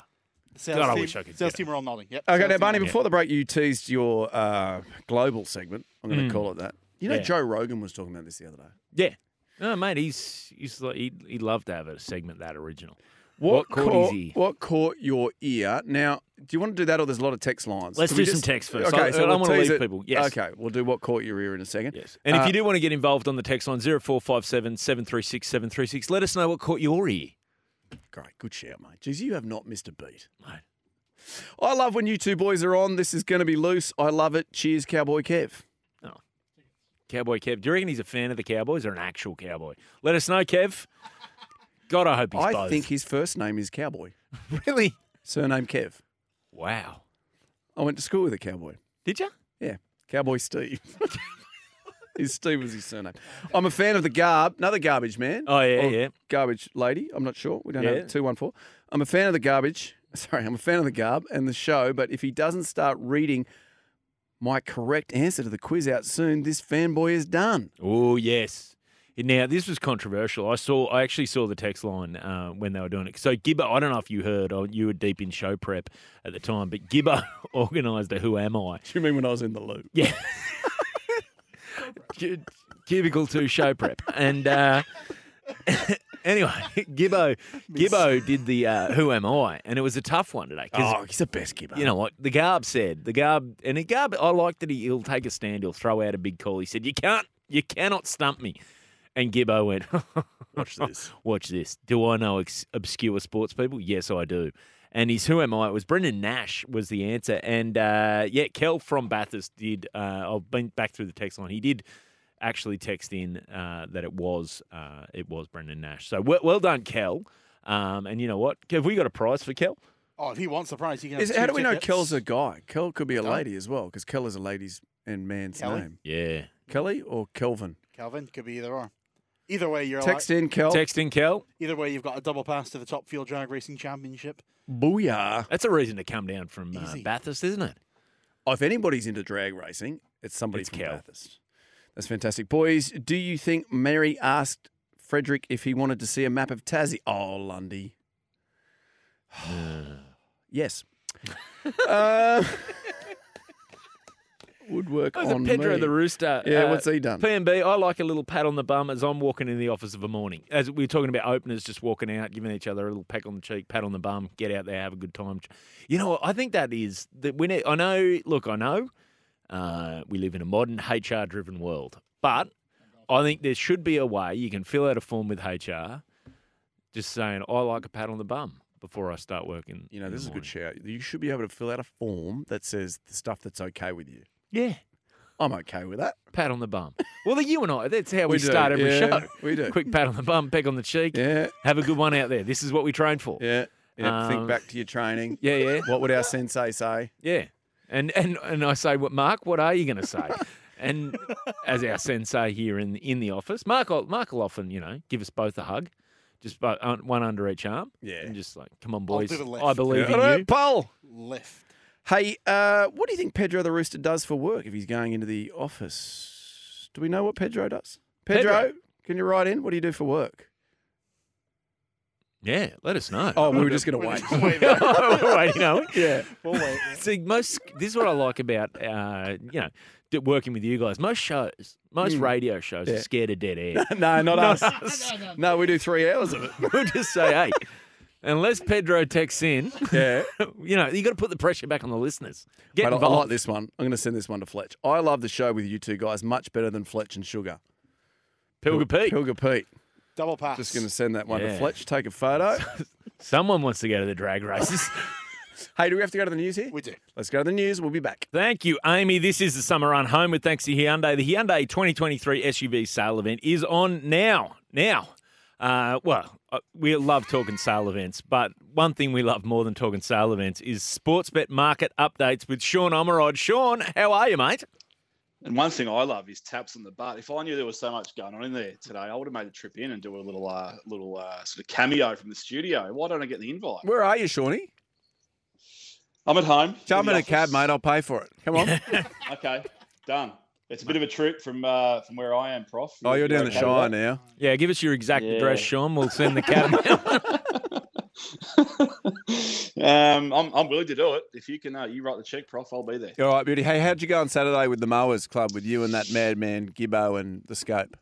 [SPEAKER 3] The Sales
[SPEAKER 2] God, I
[SPEAKER 3] team,
[SPEAKER 2] wish I could
[SPEAKER 3] Sales
[SPEAKER 2] get
[SPEAKER 3] team are all nodding. Yep.
[SPEAKER 1] Okay,
[SPEAKER 3] sales
[SPEAKER 1] now,
[SPEAKER 3] team are
[SPEAKER 1] Barney,
[SPEAKER 3] nodding.
[SPEAKER 1] before the break, you teased your uh, global segment. I'm going to call it that. You know,
[SPEAKER 2] Hmm. Yeah.
[SPEAKER 1] Joe Rogan was talking about this the other day.
[SPEAKER 2] Yeah. No, mate, he's he's like he'd, he'd love to have a segment that original.
[SPEAKER 1] What,
[SPEAKER 2] What caught his ear?
[SPEAKER 1] What caught your ear? Now, do you want to do that or there's a lot of text lines?
[SPEAKER 2] Let's
[SPEAKER 1] Can we
[SPEAKER 2] do some
[SPEAKER 1] just-
[SPEAKER 2] text first.
[SPEAKER 1] Okay,
[SPEAKER 2] I-
[SPEAKER 1] so
[SPEAKER 2] I
[SPEAKER 1] we'll
[SPEAKER 2] wanna
[SPEAKER 1] tease
[SPEAKER 2] leave
[SPEAKER 1] it.
[SPEAKER 2] people. Yes.
[SPEAKER 1] Okay, we'll do what caught your ear in a second.
[SPEAKER 2] Yes. And if
[SPEAKER 1] Uh,
[SPEAKER 2] you do want to get involved on the text line 0457 736 736, let us know what caught your ear.
[SPEAKER 1] Great, good shout, mate. Jeez, you have not missed a beat.
[SPEAKER 2] Mate.
[SPEAKER 1] I love when you two boys are on. This is going to be loose. I love it. Cheers, Cowboy Kev.
[SPEAKER 2] Cowboy Kev. Do you reckon he's a fan of the Cowboys or an actual cowboy? Let us know, Kev. God, I hope he's
[SPEAKER 1] I
[SPEAKER 2] both.
[SPEAKER 1] think his first name is Cowboy,
[SPEAKER 2] really.
[SPEAKER 1] surname Kev.
[SPEAKER 2] Wow.
[SPEAKER 1] I went to school with a cowboy.
[SPEAKER 2] Did you?
[SPEAKER 1] Yeah, Cowboy Steve. his Steve was his surname. I'm a fan of the garb, another garbage man.
[SPEAKER 2] Oh, yeah,
[SPEAKER 1] Or
[SPEAKER 2] yeah.
[SPEAKER 1] Garbage lady. I'm not sure. We don't
[SPEAKER 2] Yeah.
[SPEAKER 1] know. 214. I'm a fan of the garbage. Sorry, I'm a fan of the garb and the show, but if he doesn't start reading my correct answer to the quiz out soon, this fanboy is done.
[SPEAKER 2] Oh yes. Now this was controversial. I saw. I actually saw the text line uh, when they were doing it. So Gibbo, I don't know if you heard. Or you were deep in show prep at the time, but Gibbo organised a "Who Am I?"
[SPEAKER 1] Do you mean when I was in the loop?
[SPEAKER 2] Yeah. Cu- Cubicle Two show prep, and uh, anyway, Gibbo Gibbo did the uh, "Who Am I?" and it was a tough one today because
[SPEAKER 1] Oh, he's the best giver.
[SPEAKER 2] you know what the garb said the garb and the garb i like that he, he'll take a stand he'll throw out a big call he said you can't you cannot stump me and gibbo went
[SPEAKER 1] watch this.
[SPEAKER 2] watch this do i know ex- obscure sports people yes i do and he's who am i it was brendan nash was the answer and uh, yeah kel from bathurst did uh, i've been back through the text line he did actually text in uh, that it was uh, it was brendan nash so well, well done kel um, and you know what have we got a prize for kel
[SPEAKER 3] Oh, if he wants the prize, he can. Have
[SPEAKER 1] Is,
[SPEAKER 3] two
[SPEAKER 1] how do we know
[SPEAKER 3] tickets.
[SPEAKER 1] Kel's a guy? Kel could be a
[SPEAKER 3] Guy?
[SPEAKER 1] lady as well, because Kel is a lady's and man's
[SPEAKER 3] Kelly?
[SPEAKER 1] name.
[SPEAKER 2] yeah
[SPEAKER 1] Kelly or Kelvin?
[SPEAKER 3] Calvin could be either or. Either way, you're
[SPEAKER 1] Text in, Kel.
[SPEAKER 2] Oh. text in kel
[SPEAKER 3] like, either way you've got a double pass to the Top Fuel Drag Racing Championship.
[SPEAKER 1] Booyah.
[SPEAKER 2] That's a reason to come down from uh,
[SPEAKER 3] Easy.
[SPEAKER 2] Bathurst, isn't it?
[SPEAKER 1] Oh, if anybody's into drag racing, it's somebody
[SPEAKER 2] It's
[SPEAKER 1] from
[SPEAKER 2] Kel.
[SPEAKER 1] Bathurst. That's fantastic. Boys, do you think Mary asked Frederick if he wanted to see a map of Tassie. Oh, Lundy. yes. uh, would work
[SPEAKER 2] I was
[SPEAKER 1] on
[SPEAKER 2] a Pedro
[SPEAKER 1] me.
[SPEAKER 2] the Rooster. uh,
[SPEAKER 1] Yeah, what's he done?
[SPEAKER 2] PMB, I like a little pat on the bum as I'm walking in the office of a morning. As we were talking about openers just walking out, giving each other a little peck on the cheek, pat on the bum, get out there, have a good time. You know, I think that is that we need, I know, look, I know uh, we live in a modern HR driven world, but I think there should be a way you can fill out a form with HR just saying, I like a pat on the bum before I start working.
[SPEAKER 1] You know,
[SPEAKER 2] in the
[SPEAKER 1] this is a
[SPEAKER 2] morning."
[SPEAKER 1] good shout. You should be able to fill out a form that says the stuff that's okay with you.
[SPEAKER 2] Yeah,
[SPEAKER 1] I'm okay with that.
[SPEAKER 2] pat on the bum. Well, the you and I, that's how we,
[SPEAKER 1] do,
[SPEAKER 2] start every
[SPEAKER 1] yeah,
[SPEAKER 2] show.
[SPEAKER 1] We do.
[SPEAKER 2] Quick pat on the bum, peck on the cheek.
[SPEAKER 1] Yeah,
[SPEAKER 2] Have a good one out there. This is what we train for.
[SPEAKER 1] yeah. yeah.
[SPEAKER 2] Um,
[SPEAKER 1] Think back to your training.
[SPEAKER 2] Yeah, yeah,
[SPEAKER 1] What would our sensei say?
[SPEAKER 2] yeah. And and and I say, what Mark? What are you going to say? And as our sensei here in in the office, Mark will- Mark will often, you know, give us both a hug, just bo- un- one under each arm,
[SPEAKER 1] Yeah.
[SPEAKER 2] and just like, come on,
[SPEAKER 3] I'll do
[SPEAKER 2] boys,
[SPEAKER 3] the left.
[SPEAKER 2] I believe
[SPEAKER 1] All right,
[SPEAKER 2] in you.
[SPEAKER 1] Paul.
[SPEAKER 3] Lift.
[SPEAKER 1] Hey, uh, what do you think Pedro the Rooster does for work if he's going into the office? Do we know what Pedro does? Pedro,
[SPEAKER 2] Pedro.
[SPEAKER 1] can you write in? What do you do for work?
[SPEAKER 2] Yeah, let us know.
[SPEAKER 1] Oh, we were just going to
[SPEAKER 3] We'll
[SPEAKER 1] wait.
[SPEAKER 3] just wait there.
[SPEAKER 2] Wait, you know.
[SPEAKER 1] yeah.
[SPEAKER 3] We'll wait.
[SPEAKER 2] See, most this is what I like about uh, you know d- working with you guys. Most shows, most
[SPEAKER 1] Mm.
[SPEAKER 2] radio shows
[SPEAKER 1] Yeah.
[SPEAKER 2] are scared of dead air.
[SPEAKER 1] No, not us.
[SPEAKER 3] No, no, no.
[SPEAKER 1] No, we do three hours of it.
[SPEAKER 2] we'll just say, hey, unless Pedro texts in,
[SPEAKER 1] Yeah.
[SPEAKER 2] you know, you got to put the pressure back on the listeners. Get
[SPEAKER 1] Mate, I- I
[SPEAKER 2] involved.
[SPEAKER 1] like this one. I'm going to send this one to Fletch. I love the show with you two guys much better than Fletch and Sugar.
[SPEAKER 2] Pilger Peak.
[SPEAKER 1] Pilger Pete.
[SPEAKER 3] Double pass.
[SPEAKER 1] Just going to send that one to
[SPEAKER 2] Yeah.
[SPEAKER 1] Fletch. Take a photo.
[SPEAKER 2] Someone wants to go to the drag races.
[SPEAKER 1] hey, do we have to go to the news here?
[SPEAKER 3] We do.
[SPEAKER 1] Let's go to the news. We'll be back.
[SPEAKER 2] Thank you, Amy. This is the Summer Run Home with Thanks to Hyundai. The Hyundai 2023 SUV sale event is on now. Now. Uh, well, uh, we love talking sale events, but one thing we love more than talking sale events is sports bet market updates with Sean Omerod. Sean, how are you, mate?
[SPEAKER 4] And one thing I love is taps on the butt. If I knew there was so much going on in there today, I would have made the trip in and do a little, uh, little uh, sort of cameo from the studio. Why don't I get the invite?
[SPEAKER 1] Where are you, Shawnee?
[SPEAKER 4] I'm at home.
[SPEAKER 1] Jump in
[SPEAKER 4] the
[SPEAKER 1] a cab,
[SPEAKER 4] office.
[SPEAKER 1] mate. I'll pay for it. Come on.
[SPEAKER 4] Okay, done. It's a bit of a trip from uh, from where I am, Prof.
[SPEAKER 1] oh, you're down the
[SPEAKER 4] okay with
[SPEAKER 1] Shire
[SPEAKER 4] that?
[SPEAKER 1] now.
[SPEAKER 2] Yeah, give us your exact
[SPEAKER 4] Yeah.
[SPEAKER 2] address, Sean. We'll send the cab.
[SPEAKER 4] um, I'm, I'm willing to do it. If you can, uh, you write the check, Prof. I'll be there.
[SPEAKER 1] All right, beauty. Hey, how'd you go on Saturday with the Mowers Club with you and that madman Gibbo and the Scope?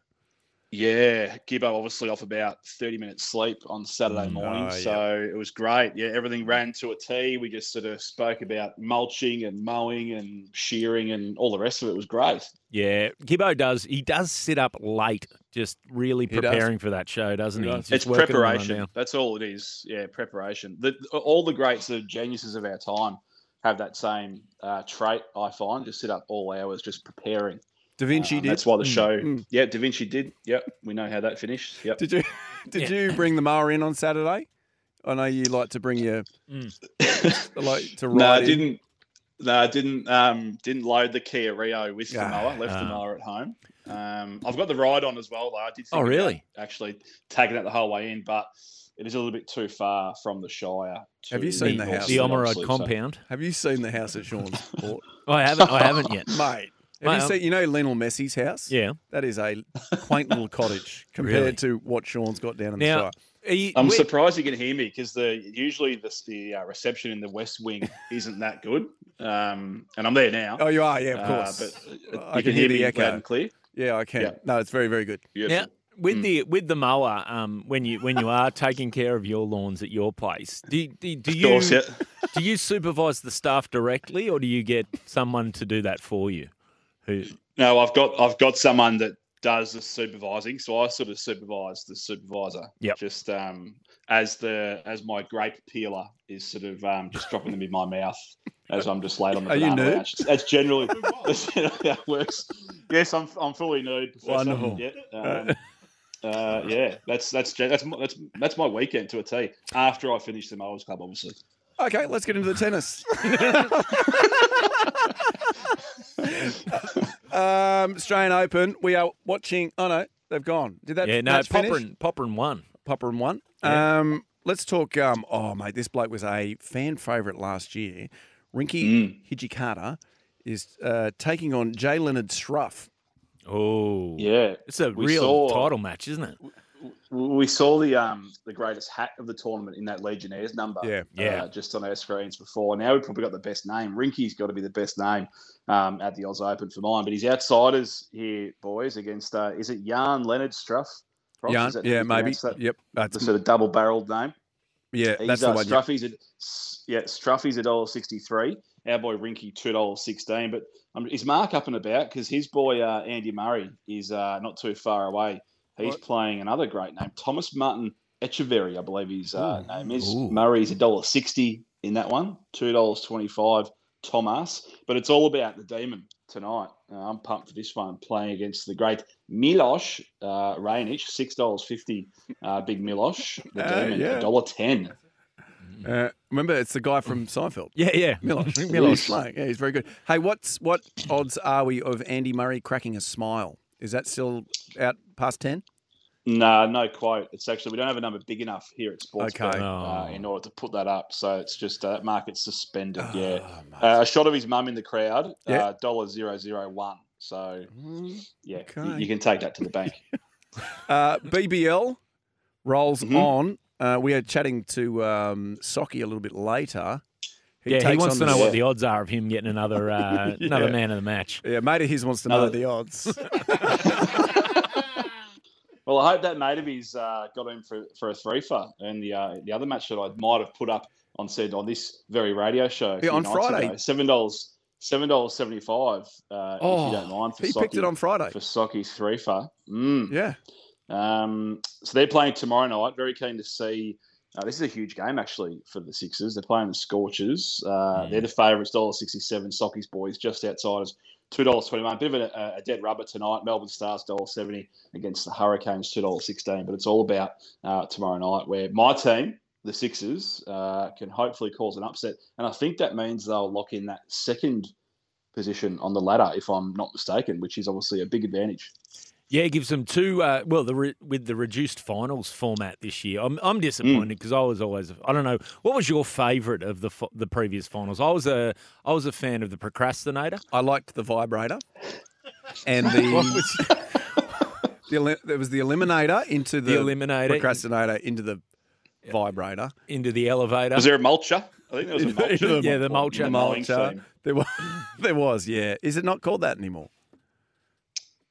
[SPEAKER 4] Yeah, Gibbo obviously off about 30 minutes sleep on Saturday morning.
[SPEAKER 1] oh, yeah.
[SPEAKER 4] so it was great. Yeah, everything ran to a T. We just sort of spoke about mulching and mowing and shearing and all the rest of it. It was great.
[SPEAKER 2] yeah, Gibbo does. He does sit up late, just really
[SPEAKER 1] He does.
[SPEAKER 2] preparing for that show, doesn't he?
[SPEAKER 1] He
[SPEAKER 2] He's
[SPEAKER 1] does.
[SPEAKER 2] just
[SPEAKER 4] it's
[SPEAKER 2] working on it
[SPEAKER 4] preparation.
[SPEAKER 2] now.
[SPEAKER 4] That's all it is. Yeah, preparation. The, all the greats, the geniuses of our time, have that same uh, trait, I find, just sit up all hours just preparing.
[SPEAKER 1] Da Vinci
[SPEAKER 4] Um,
[SPEAKER 1] did.
[SPEAKER 4] That's why the
[SPEAKER 1] Mm,
[SPEAKER 4] show.
[SPEAKER 1] mm.
[SPEAKER 4] Yeah, Da Vinci did. Yep, we know how that finished. Yep.
[SPEAKER 1] Did you did you bring the mower in on Saturday? I know you like to bring your like to ride.
[SPEAKER 4] No, I
[SPEAKER 1] in.
[SPEAKER 4] didn't. No, I didn't. Um, didn't load the Kia Rio with the
[SPEAKER 1] Ah,
[SPEAKER 4] mower. Left
[SPEAKER 2] ah.
[SPEAKER 4] the mower at home. Um, I've got the ride on as well. Though I did.
[SPEAKER 2] Oh,
[SPEAKER 4] think about
[SPEAKER 2] really?
[SPEAKER 4] Actually, taking it the whole way in, but it is a little bit too far from the Shire.
[SPEAKER 1] Have you
[SPEAKER 4] to
[SPEAKER 1] seen the
[SPEAKER 4] North
[SPEAKER 1] house?
[SPEAKER 2] The
[SPEAKER 4] Sea,
[SPEAKER 2] Omerod
[SPEAKER 4] obviously, so-
[SPEAKER 2] compound.
[SPEAKER 1] Have you seen the house at Sean's bought?
[SPEAKER 2] I haven't. I haven't yet.
[SPEAKER 1] Mate. Have
[SPEAKER 2] Mate,
[SPEAKER 1] you
[SPEAKER 2] I'm-
[SPEAKER 1] seen you know Lionel Messi's house?
[SPEAKER 2] Yeah.
[SPEAKER 1] That is a quaint little cottage compared
[SPEAKER 2] Really?
[SPEAKER 1] to what Sean's got down in
[SPEAKER 2] Now-
[SPEAKER 1] the Shire.
[SPEAKER 2] Are you-
[SPEAKER 4] I'm
[SPEAKER 2] where-
[SPEAKER 4] surprised you can hear me because the usually the, the uh, reception in the West Wing isn't that good, um, and I'm there now.
[SPEAKER 1] Oh, you are, yeah, of
[SPEAKER 4] Uh,
[SPEAKER 1] course.
[SPEAKER 4] but uh,
[SPEAKER 1] I can
[SPEAKER 4] you can,
[SPEAKER 1] hear
[SPEAKER 4] hear,
[SPEAKER 1] the
[SPEAKER 4] me
[SPEAKER 1] echo.
[SPEAKER 4] loud and clear.
[SPEAKER 1] yeah, I can.
[SPEAKER 4] yeah.
[SPEAKER 1] No, it's very, very good.
[SPEAKER 4] Beautiful.
[SPEAKER 2] with
[SPEAKER 4] Mm.
[SPEAKER 2] the with the mower, um, when you when you are taking care of your lawns at your place, do you- do, do you
[SPEAKER 4] Dorset.
[SPEAKER 2] do you supervise the staff directly, or do you get someone to do that for you? Who?
[SPEAKER 4] No, I've got I've got someone that does the supervising, so I sort of supervise the supervisor.
[SPEAKER 2] Yep.
[SPEAKER 4] Just um, as the as my grape peeler is sort of um, just dropping them in my mouth as I'm just laid on the
[SPEAKER 1] Are you
[SPEAKER 4] banana
[SPEAKER 1] nude?
[SPEAKER 4] lounge. That's generally that's generally how it works. Yes, I'm I'm fully nude. Professor.
[SPEAKER 1] Wonderful.
[SPEAKER 4] Yeah. Um, uh, yeah, that's that's gen- that's my, that's that's my weekend to a T. After I finish the Mowers Club, obviously.
[SPEAKER 1] Okay, let's get into the tennis. um, Australian Open. We are watching. Oh no, they've gone. Did that?
[SPEAKER 2] Yeah, no,
[SPEAKER 1] match finish?
[SPEAKER 2] Popperin Popperin won.
[SPEAKER 1] Popper and one.
[SPEAKER 2] Yeah.
[SPEAKER 1] Um, let's talk. Um, oh, mate, this bloke was a fan favourite last year.
[SPEAKER 4] Mm.
[SPEAKER 1] Rinky Hijikata is uh, taking on Jay Leonard Struff.
[SPEAKER 2] Oh,
[SPEAKER 4] Yeah,
[SPEAKER 2] It's a
[SPEAKER 4] We
[SPEAKER 2] real
[SPEAKER 4] saw-
[SPEAKER 2] title match, isn't it?
[SPEAKER 4] w- we saw the um the greatest hat of the tournament in that Legionnaires number.
[SPEAKER 1] Yeah.
[SPEAKER 2] Yeah.
[SPEAKER 4] uh, just on our screens before. Now we've probably got the best name. Rinky's got to be the best name um, at the Oz Open for mine. But he's outsiders here, boys, against uh, is it Jan Leonard Struff? Prof,
[SPEAKER 1] Yeah,
[SPEAKER 4] is that how
[SPEAKER 1] yeah,
[SPEAKER 4] you
[SPEAKER 1] maybe.
[SPEAKER 4] pronounce That,
[SPEAKER 1] Yep,
[SPEAKER 4] the
[SPEAKER 1] that's
[SPEAKER 4] sort of double-barreled name.
[SPEAKER 1] yeah,
[SPEAKER 4] He's,
[SPEAKER 1] that's
[SPEAKER 4] uh,
[SPEAKER 1] the one. yep.
[SPEAKER 4] Struffy's at s- yeah, Struffy's a dollar sixty-three. Our boy Rinky two dollars sixteen. But um, is Mark up and about because his boy uh, Andy Murray is uh, not too far away. He's
[SPEAKER 3] What?
[SPEAKER 4] playing another great name, Thomas Martin Echeverry, I believe his uh,
[SPEAKER 2] Ooh.
[SPEAKER 4] name is.
[SPEAKER 2] Ooh.
[SPEAKER 4] Murray's a dollar sixty in that one, two dollars twenty-five. Thomas, but it's all about the demon tonight. Uh, I'm pumped for this one. Playing against the great Milosh uh, Rainic, six dollars fifty. Uh, big Milosh, the
[SPEAKER 1] Uh,
[SPEAKER 4] demon,
[SPEAKER 1] yeah.
[SPEAKER 4] a dollar ten.
[SPEAKER 1] Uh, remember, it's the guy from Seinfeld.
[SPEAKER 2] Yeah, yeah.
[SPEAKER 1] Milos.
[SPEAKER 2] Milos.
[SPEAKER 1] Slang. Yeah, he's very good. Hey, what's what odds are we of Andy Murray cracking a smile? Is that still out past ten?
[SPEAKER 4] No, no quote. It's actually we don't have a number big enough here at Sportsbet
[SPEAKER 1] Okay.
[SPEAKER 4] uh,
[SPEAKER 2] Oh.
[SPEAKER 4] in order to put that up. So it's just uh, that market's suspended. yeah,
[SPEAKER 1] Oh, mate.
[SPEAKER 4] uh, a shot of his mum in the crowd. uh,
[SPEAKER 1] Yeah.
[SPEAKER 4] Dollar zero zero one. So yeah, y-
[SPEAKER 1] Okay.
[SPEAKER 4] you can take that to the bank.
[SPEAKER 1] Uh, BBL rolls
[SPEAKER 4] Mhm.
[SPEAKER 1] on. Uh, we are chatting to um, Socky a little bit later.
[SPEAKER 2] yeah, he
[SPEAKER 1] takes
[SPEAKER 2] wants
[SPEAKER 1] on
[SPEAKER 2] to
[SPEAKER 1] the-
[SPEAKER 2] know what the odds are of him getting another uh, another
[SPEAKER 1] Yeah.
[SPEAKER 2] man of the match.
[SPEAKER 1] Yeah, mate of his wants to know
[SPEAKER 4] Another-
[SPEAKER 1] the odds.
[SPEAKER 4] Well, I hope that mate of his uh, got him for, for a threefer and the uh, the other match that I might have put up on said on this very radio show. a
[SPEAKER 1] Yeah,
[SPEAKER 4] few
[SPEAKER 1] on
[SPEAKER 4] nights
[SPEAKER 1] Friday.
[SPEAKER 4] ago. seven dollars seven dollars seventy five. Uh, if
[SPEAKER 1] Oh,
[SPEAKER 4] you don't mind, for
[SPEAKER 1] he picked it
[SPEAKER 4] Socky-
[SPEAKER 1] on Friday.
[SPEAKER 4] for Socky's threefer. Mm.
[SPEAKER 1] Yeah.
[SPEAKER 4] Um, so they're playing tomorrow night. Very keen to see. Uh, this is a huge game actually for the Sixers. They're playing the Scorchers. Uh, They're the favourites, dollar sixty-seven. Socky's boys just outsiders, two dollars twenty-one. Bit of a, a dead rubber tonight. Melbourne Stars dollar seventy against the Hurricanes, two dollars sixteen. But it's all about uh, tomorrow night, where my team, the Sixers, uh, can hopefully cause an upset, and I think that means they'll lock in that second position on the ladder, if I'm not mistaken, which is obviously a big advantage.
[SPEAKER 2] Yeah, it gives them two. Uh, well, the re- with the reduced finals format this year, I'm I'm disappointed
[SPEAKER 1] Mm.
[SPEAKER 2] because I was always I don't know what was your favourite of the fo- the previous finals. I was a I was a fan of the procrastinator.
[SPEAKER 1] I liked the vibrator and the. the eli- there was the eliminator into
[SPEAKER 2] The,
[SPEAKER 1] the,
[SPEAKER 2] eliminator
[SPEAKER 1] procrastinator into the vibrator.
[SPEAKER 2] into the elevator.
[SPEAKER 4] Was there a mulcher? I think there was a
[SPEAKER 1] Either- either the-
[SPEAKER 4] mulcher.
[SPEAKER 2] Yeah, the mulcher.
[SPEAKER 1] The
[SPEAKER 2] The
[SPEAKER 4] mowing
[SPEAKER 1] mulcher.
[SPEAKER 4] team.
[SPEAKER 1] There was, there was, yeah. Is it not called that anymore?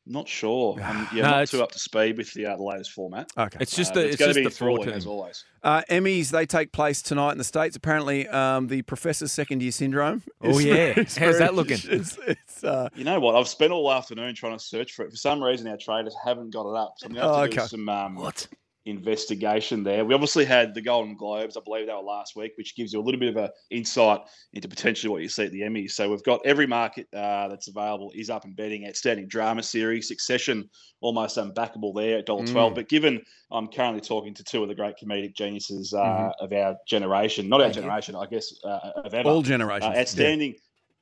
[SPEAKER 4] Not sure. I'm,
[SPEAKER 2] No,
[SPEAKER 4] yeah, not
[SPEAKER 2] it's-
[SPEAKER 4] too up to speed with the, uh, the latest format.
[SPEAKER 1] Okay.
[SPEAKER 2] it's just
[SPEAKER 4] Uh,
[SPEAKER 2] the
[SPEAKER 4] but
[SPEAKER 2] it's,
[SPEAKER 4] gonna
[SPEAKER 2] just the four
[SPEAKER 4] enthralling, as
[SPEAKER 2] term.
[SPEAKER 4] always.
[SPEAKER 1] Uh, Emmys, they take place tonight in the States. Apparently, um, the professor's second year syndrome.
[SPEAKER 2] Oh,
[SPEAKER 1] is
[SPEAKER 2] yeah.
[SPEAKER 1] very- is
[SPEAKER 2] How's that
[SPEAKER 1] very-
[SPEAKER 2] looking?
[SPEAKER 1] It's, it's, uh,
[SPEAKER 4] You know what? I've spent all afternoon trying to search for it. For some reason, our traders haven't got it up. So I'm going to have
[SPEAKER 1] Oh,
[SPEAKER 4] to do
[SPEAKER 1] okay.
[SPEAKER 4] some um,
[SPEAKER 2] What?
[SPEAKER 4] investigation there. We obviously had the Golden Globes. I believe they were last week, which gives you a little bit of a insight into potentially what you see at the Emmys. So we've got every market uh, that's available is up and betting. Outstanding drama series, Succession, almost unbackable there at $1.12.
[SPEAKER 1] Mm.
[SPEAKER 4] But given I'm currently talking to two of the great comedic geniuses uh,
[SPEAKER 1] Mhm.
[SPEAKER 4] of our generation, not our
[SPEAKER 1] Thank you.
[SPEAKER 4] generation, I guess, uh, of ever.
[SPEAKER 1] all
[SPEAKER 4] Uh,
[SPEAKER 1] generations.
[SPEAKER 4] outstanding,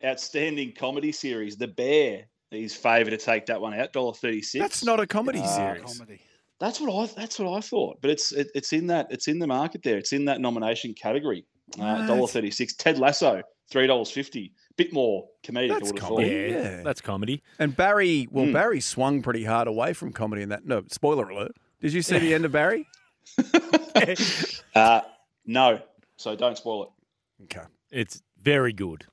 [SPEAKER 4] outstanding comedy series. The Bear is favoured to take that one out. Dollar thirty
[SPEAKER 1] Yeah.
[SPEAKER 4] six.
[SPEAKER 1] That's not a comedy
[SPEAKER 4] Uh,
[SPEAKER 1] series.
[SPEAKER 3] Comedy.
[SPEAKER 4] That's what I. That's what I thought. But it's it, it's in that it's in the market there. It's in that nomination category. Uh,
[SPEAKER 1] What?
[SPEAKER 4] Dollar thirty six. Ted Lasso three dollars fifty. Bit more comedic.
[SPEAKER 1] That's
[SPEAKER 4] I would have
[SPEAKER 2] Yeah,
[SPEAKER 1] comedy.
[SPEAKER 4] thought.
[SPEAKER 1] Yeah.
[SPEAKER 2] that's comedy.
[SPEAKER 1] And Barry, well,
[SPEAKER 2] Hmm.
[SPEAKER 4] Mm.
[SPEAKER 1] Barry swung pretty hard away from comedy in that. No, spoiler alert. Did you see the end of Barry?
[SPEAKER 4] Uh, no, so don't spoil it.
[SPEAKER 1] Okay.
[SPEAKER 2] It's very good.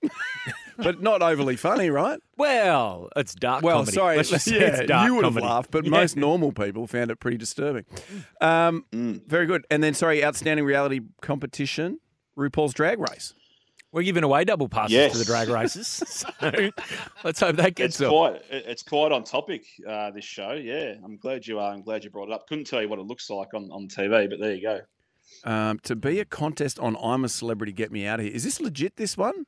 [SPEAKER 1] But not overly funny, right?
[SPEAKER 2] Well, it's dark.
[SPEAKER 1] Well,
[SPEAKER 2] comedy.
[SPEAKER 1] sorry,
[SPEAKER 2] Let's just say
[SPEAKER 1] yeah,
[SPEAKER 2] it's dark
[SPEAKER 1] you would
[SPEAKER 2] comedy.
[SPEAKER 1] have laughed, but
[SPEAKER 2] Yeah.
[SPEAKER 1] most normal people found it pretty disturbing. Um,
[SPEAKER 4] Mm.
[SPEAKER 1] very good. And then, sorry, outstanding reality competition, RuPaul's Drag Race.
[SPEAKER 2] We're giving away double passes to the
[SPEAKER 4] Yes.
[SPEAKER 2] drag races, so let's hope that gets
[SPEAKER 4] It's
[SPEAKER 2] up.
[SPEAKER 4] quite it- it's quite on topic uh, this show. Yeah, I'm glad you are. I'm glad you brought it up. Couldn't tell you what it looks like on on TV, but there you go.
[SPEAKER 1] Um, to be a contest on I'm a Celebrity, Get Me Out of Here. Is this legit? This one?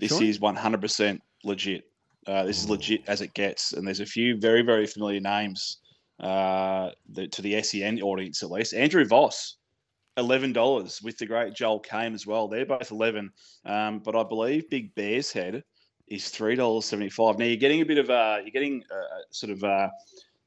[SPEAKER 4] This
[SPEAKER 1] Sure.
[SPEAKER 4] is 100% legit. Uh, this is legit as it gets. And there's a few very, very familiar names uh, that, to the SEN audience, at least. Andrew Voss, $11 with the great Joel Kane as well. They're both 11 um, But I believe Big Bear's Head is $3.75. Now, you're getting a bit of a, you're getting uh sort of uh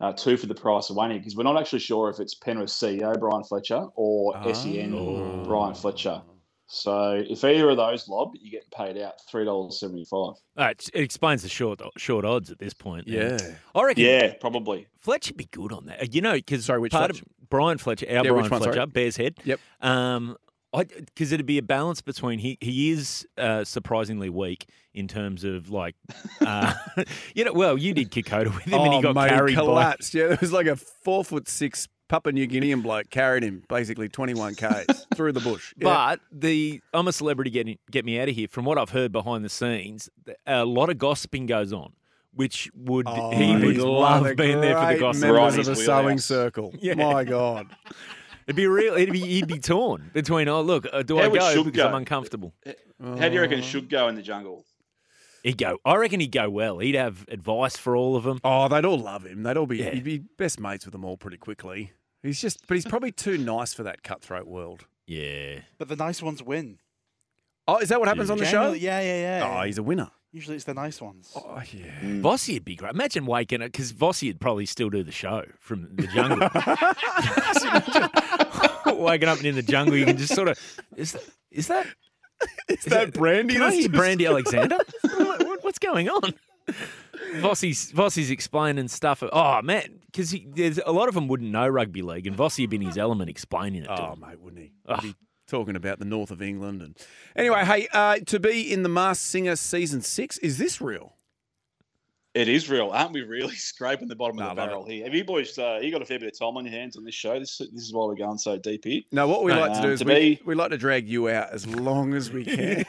[SPEAKER 4] uh, two for the price of one here because we're E not actually sure if it's Penrith CEO E Brian Fletcher or SEN
[SPEAKER 1] Oh.
[SPEAKER 4] Brian Fletcher. So if either of those lob, you get paid out three dollars seventy five.
[SPEAKER 2] All right, it explains the short short odds at this point. then.
[SPEAKER 1] Yeah.
[SPEAKER 2] I reckon
[SPEAKER 4] Yeah, probably.
[SPEAKER 2] Fletcher'd be good on that. Uh, You know, because
[SPEAKER 1] Sorry, which
[SPEAKER 2] part of Brian Fletcher, our
[SPEAKER 1] Yeah, which one,
[SPEAKER 2] Brian
[SPEAKER 1] sorry?
[SPEAKER 2] Fletcher, Bear's Head.
[SPEAKER 1] Yep.
[SPEAKER 2] Um, because it'd be a balance between he he is uh, surprisingly weak in terms of like, uh, you know, well you did Kokoda with him and he got
[SPEAKER 1] Oh, mate, he
[SPEAKER 2] carried by
[SPEAKER 1] collapsed. Yeah, there was like a four foot six Papua New Guinean bloke carried him basically 21 k's through the bush. Yeah.
[SPEAKER 2] But the I'm a celebrity getting get me out of here. From what I've heard behind the scenes, a lot of gossiping goes on, which would
[SPEAKER 1] Oh,
[SPEAKER 2] he would
[SPEAKER 1] he's one of
[SPEAKER 2] love being there for the
[SPEAKER 1] great
[SPEAKER 2] gossip.
[SPEAKER 4] Right
[SPEAKER 1] Members
[SPEAKER 4] in
[SPEAKER 1] of the
[SPEAKER 4] his
[SPEAKER 1] sewing
[SPEAKER 4] wheelhouse.
[SPEAKER 1] circle.
[SPEAKER 2] Yeah.
[SPEAKER 1] My God.
[SPEAKER 2] It'd be real. It'd be he'd be torn between oh look, uh, do
[SPEAKER 4] How
[SPEAKER 2] I
[SPEAKER 4] would
[SPEAKER 2] go
[SPEAKER 4] Shug
[SPEAKER 2] because
[SPEAKER 4] go?
[SPEAKER 2] I'm uncomfortable?
[SPEAKER 4] How do you
[SPEAKER 1] Oh.
[SPEAKER 4] reckon it should go in the jungle?
[SPEAKER 2] He'd go. I reckon he'd go well. He'd have advice for all of them.
[SPEAKER 1] Oh, they'd all love him. They'd all be.
[SPEAKER 2] Yeah.
[SPEAKER 1] He'd be best mates with them all pretty quickly. He's just, but he's probably too nice for that cutthroat world.
[SPEAKER 2] Yeah.
[SPEAKER 3] But the nice ones win.
[SPEAKER 1] Oh, is that what happens on the show?
[SPEAKER 3] Generally- Yeah, yeah, yeah.
[SPEAKER 1] Oh, he's a winner.
[SPEAKER 3] Usually it's the nice ones.
[SPEAKER 1] Oh yeah.
[SPEAKER 2] Vossi would be great. Imagine waking up because Vossi would probably still do the show from the jungle. waking up and in the jungle, you can just sort of is that is that is,
[SPEAKER 1] that Brandy
[SPEAKER 2] Can I
[SPEAKER 1] that's
[SPEAKER 2] hear
[SPEAKER 1] just-
[SPEAKER 2] Brandy Alexander? What- what- What's going on? Vossi's Vossi's explaining stuff. Oh man, because there's a lot of them wouldn't know rugby league, and Vossi had been his element explaining it to
[SPEAKER 1] Oh,
[SPEAKER 2] them.
[SPEAKER 1] mate, wouldn't he?
[SPEAKER 2] Ugh.
[SPEAKER 1] He'd be talking about the north of England and anyway. Hey, uh, to be in the Masked Singer season six is this real?
[SPEAKER 4] It is real, aren't we? Really scraping the bottom of
[SPEAKER 1] Nah,
[SPEAKER 4] the
[SPEAKER 1] mate.
[SPEAKER 4] barrel here. Have you boys? Uh, you got a fair bit of time on your hands on this show. This this is why we're going so deep here.
[SPEAKER 1] No, what we
[SPEAKER 2] No,
[SPEAKER 1] like to do
[SPEAKER 4] um,
[SPEAKER 1] is
[SPEAKER 4] to
[SPEAKER 1] we,
[SPEAKER 4] be-
[SPEAKER 1] we like to drag you out as long as we can.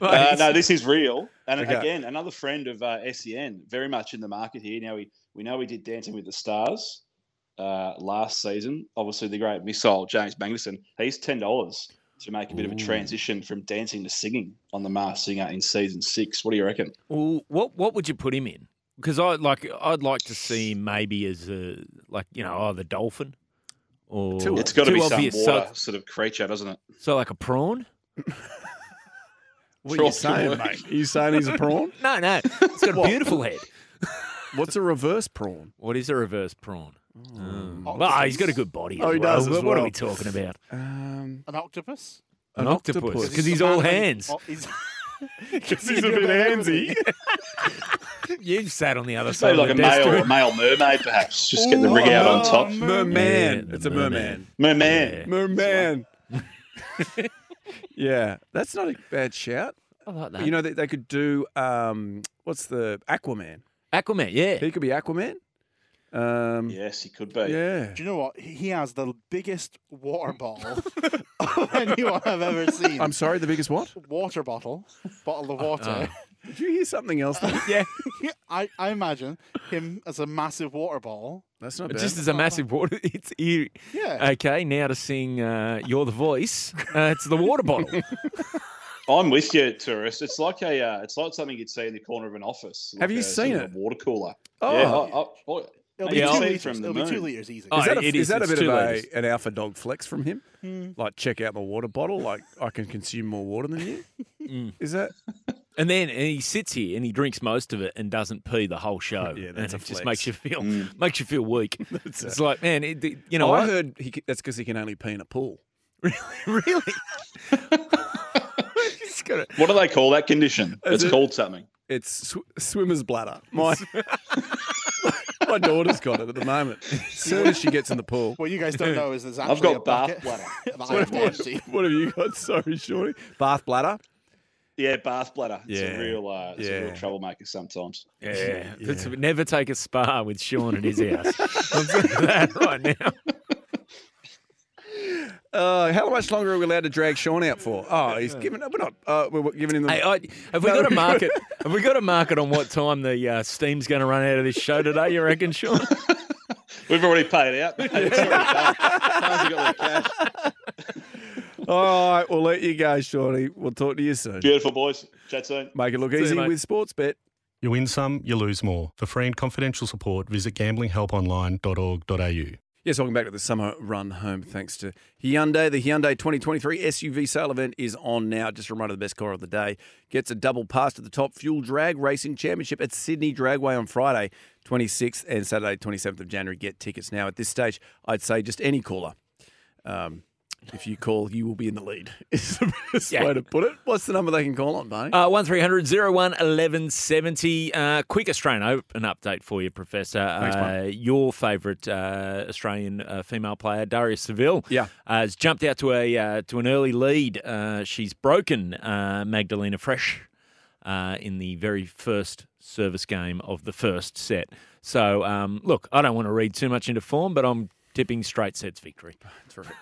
[SPEAKER 4] uh, no, this is real. And
[SPEAKER 1] Okay.
[SPEAKER 4] again, another friend of uh, SEN, very much in the market here. Now, we, we know he did Dancing with the Stars uh, last season. Obviously, the great missile, James Magnuson, he's $10 to make a bit of a
[SPEAKER 2] Ooh.
[SPEAKER 4] transition from dancing to singing on The Masked Singer in season six. What do you reckon?
[SPEAKER 2] Well, what what would you put him in? Because I like I'd like to see him maybe as a like you know oh the dolphin or
[SPEAKER 1] Too-
[SPEAKER 4] It's got to
[SPEAKER 2] too
[SPEAKER 4] be some water
[SPEAKER 2] obvious.
[SPEAKER 4] sort of creature, doesn't it?
[SPEAKER 2] So, so like a prawn?
[SPEAKER 1] What are you
[SPEAKER 4] Sure.
[SPEAKER 1] saying, mate? Are you saying he's a prawn?
[SPEAKER 2] No, no, it's got a beautiful head.
[SPEAKER 1] What's a reverse prawn?
[SPEAKER 2] What is a reverse prawn? Um,
[SPEAKER 3] Octopus.
[SPEAKER 2] well, he's got a good body.
[SPEAKER 1] Oh,
[SPEAKER 2] as
[SPEAKER 1] he
[SPEAKER 2] well.
[SPEAKER 1] does as
[SPEAKER 2] What, what are
[SPEAKER 1] well.
[SPEAKER 2] we talking about?
[SPEAKER 1] Um,
[SPEAKER 3] An octopus?
[SPEAKER 2] An,
[SPEAKER 1] An
[SPEAKER 2] octopus.
[SPEAKER 1] octopus.
[SPEAKER 2] Because he's all
[SPEAKER 3] apparently-
[SPEAKER 2] hands.
[SPEAKER 3] oh, he's-
[SPEAKER 1] because he's a bit handsy.
[SPEAKER 2] You've sat on the other
[SPEAKER 4] So
[SPEAKER 2] side
[SPEAKER 4] like a
[SPEAKER 2] of the desk.
[SPEAKER 4] male, a
[SPEAKER 2] too.
[SPEAKER 4] male mermaid, perhaps. Just get the rig out on top.
[SPEAKER 3] Ooh,
[SPEAKER 1] oh, Merman.
[SPEAKER 2] Yeah,
[SPEAKER 1] it's a
[SPEAKER 2] the
[SPEAKER 1] merman.
[SPEAKER 4] Merman.
[SPEAKER 1] Merman. yeah, that's not a bad shout.
[SPEAKER 2] I like that.
[SPEAKER 1] You know, they, they could do um, what's the Aquaman?
[SPEAKER 2] Aquaman, yeah.
[SPEAKER 1] He could be Aquaman. Um, yeah.
[SPEAKER 4] Yes, he could be.
[SPEAKER 3] Do you know what? He he has the biggest water bottle of anyone I've ever seen.
[SPEAKER 1] I'm Uh, sorry, the biggest what?
[SPEAKER 3] water bottle, bottle of water.
[SPEAKER 1] Did you hear something else? there?
[SPEAKER 2] Yeah,
[SPEAKER 3] I, I imagine him as a massive water ball.
[SPEAKER 1] That's not
[SPEAKER 2] But
[SPEAKER 1] bad.
[SPEAKER 2] just as a massive water. It's ear-
[SPEAKER 3] Yeah.
[SPEAKER 1] Uh,
[SPEAKER 2] Okay, now to sing uh, You're the Voice, uh, it's the water bottle.
[SPEAKER 4] I'm with you, tourist. It's like a, uh, it's like something you'd see in the corner of an office.
[SPEAKER 1] Have
[SPEAKER 4] like
[SPEAKER 1] you
[SPEAKER 4] a-
[SPEAKER 1] seen
[SPEAKER 4] sort of
[SPEAKER 1] it?
[SPEAKER 4] A water cooler.
[SPEAKER 1] Oh.
[SPEAKER 4] yeah, I- I- oh,
[SPEAKER 3] It'll be
[SPEAKER 2] Yeah, I'll-
[SPEAKER 3] two liters.
[SPEAKER 4] from the
[SPEAKER 3] It'll be two
[SPEAKER 4] moon.
[SPEAKER 3] liters easy.
[SPEAKER 2] Oh,
[SPEAKER 1] is that a,
[SPEAKER 2] it
[SPEAKER 1] is
[SPEAKER 2] is,
[SPEAKER 1] that a
[SPEAKER 2] it's
[SPEAKER 1] bit of
[SPEAKER 2] two
[SPEAKER 1] a,
[SPEAKER 2] litres.
[SPEAKER 1] an alpha dog flex from him?
[SPEAKER 3] Hmm.
[SPEAKER 1] Like, check out my water bottle. Like, I can consume more water than you.
[SPEAKER 2] Mm.
[SPEAKER 1] Is that?
[SPEAKER 2] And then and he sits here and he drinks most of it and doesn't pee the whole show.
[SPEAKER 1] Yeah,
[SPEAKER 2] and
[SPEAKER 1] that's
[SPEAKER 2] it
[SPEAKER 1] a
[SPEAKER 2] just
[SPEAKER 1] flex.
[SPEAKER 2] makes you feel
[SPEAKER 4] Mm.
[SPEAKER 2] makes you feel weak.
[SPEAKER 1] a-
[SPEAKER 2] it's like, man, it, it- you know,
[SPEAKER 1] oh, uh, I
[SPEAKER 2] I-
[SPEAKER 1] heard he, c- that's because he can only pee in a pool.
[SPEAKER 2] really. Just gotta-
[SPEAKER 4] what do they call that condition?
[SPEAKER 1] Is
[SPEAKER 4] It's
[SPEAKER 1] it-
[SPEAKER 4] called something.
[SPEAKER 1] It's sw- swimmer's bladder. My my daughter's got it at the moment. As soon as she gets in the pool.
[SPEAKER 3] What you guys don't know is there's actually
[SPEAKER 4] I've got
[SPEAKER 3] a
[SPEAKER 4] bath
[SPEAKER 3] bucket.
[SPEAKER 4] bladder.
[SPEAKER 3] that I
[SPEAKER 1] What,
[SPEAKER 3] have
[SPEAKER 1] what-
[SPEAKER 3] empty.
[SPEAKER 1] what have you got? Sorry, Shorty. Bath bladder.
[SPEAKER 4] Yeah, bath bladder. It's
[SPEAKER 1] Yeah.
[SPEAKER 4] a real, uh, it's a
[SPEAKER 1] Yeah.
[SPEAKER 4] real troublemaker sometimes.
[SPEAKER 2] yeah, That's- never take a spa with Sean at his house. I'm saying that right now.
[SPEAKER 1] Uh, how much longer are we allowed to drag Sean out for? Oh, he's giving. We're not. Uh, we're giving him the.
[SPEAKER 2] Hey, I, have we
[SPEAKER 1] No.
[SPEAKER 2] got a market? Have we got a market on what time the uh, steam's going to run out of this show today? You reckon, Sean?
[SPEAKER 4] We've already paid out. mate. It's already done. Times you got that cash.
[SPEAKER 1] All right, we'll let you go, Shorty. We'll talk to you soon.
[SPEAKER 4] Beautiful boys. Chat soon.
[SPEAKER 1] Make it look
[SPEAKER 2] you,
[SPEAKER 1] easy
[SPEAKER 2] mate.
[SPEAKER 1] with sports bet.
[SPEAKER 5] You win some, you lose more. For free and confidential support, visit gamblinghelponline.org.au.
[SPEAKER 1] Yes, welcome back to the summer run home. Thanks to Hyundai. The Hyundai 2023 SUV sale event is on now. Just a reminder, the best car of the day gets a double pass to the top fuel drag racing championship at Sydney Dragway on Friday, 26th and Saturday, 27th of January. Get tickets now. At this stage, I'd say just any caller um, If you call, you will be in the lead. Is the best
[SPEAKER 2] Yeah.
[SPEAKER 1] way to put it. What's the number they can call on, Barney?
[SPEAKER 2] Uh, 1300 01 1170. Uh, quick Australian Open update for you, Professor.
[SPEAKER 1] Thanks,
[SPEAKER 2] uh, your favourite uh, Australian uh, female player, Darius Seville,
[SPEAKER 1] Yeah.
[SPEAKER 2] uh, has jumped out to a uh, to an early lead. Uh, she's broken uh, Magdalena Fresh uh, in the very first service game of the first set. So, um, look, I don't want to read too much into form, but I'm tipping straight sets victory.
[SPEAKER 1] Terrific.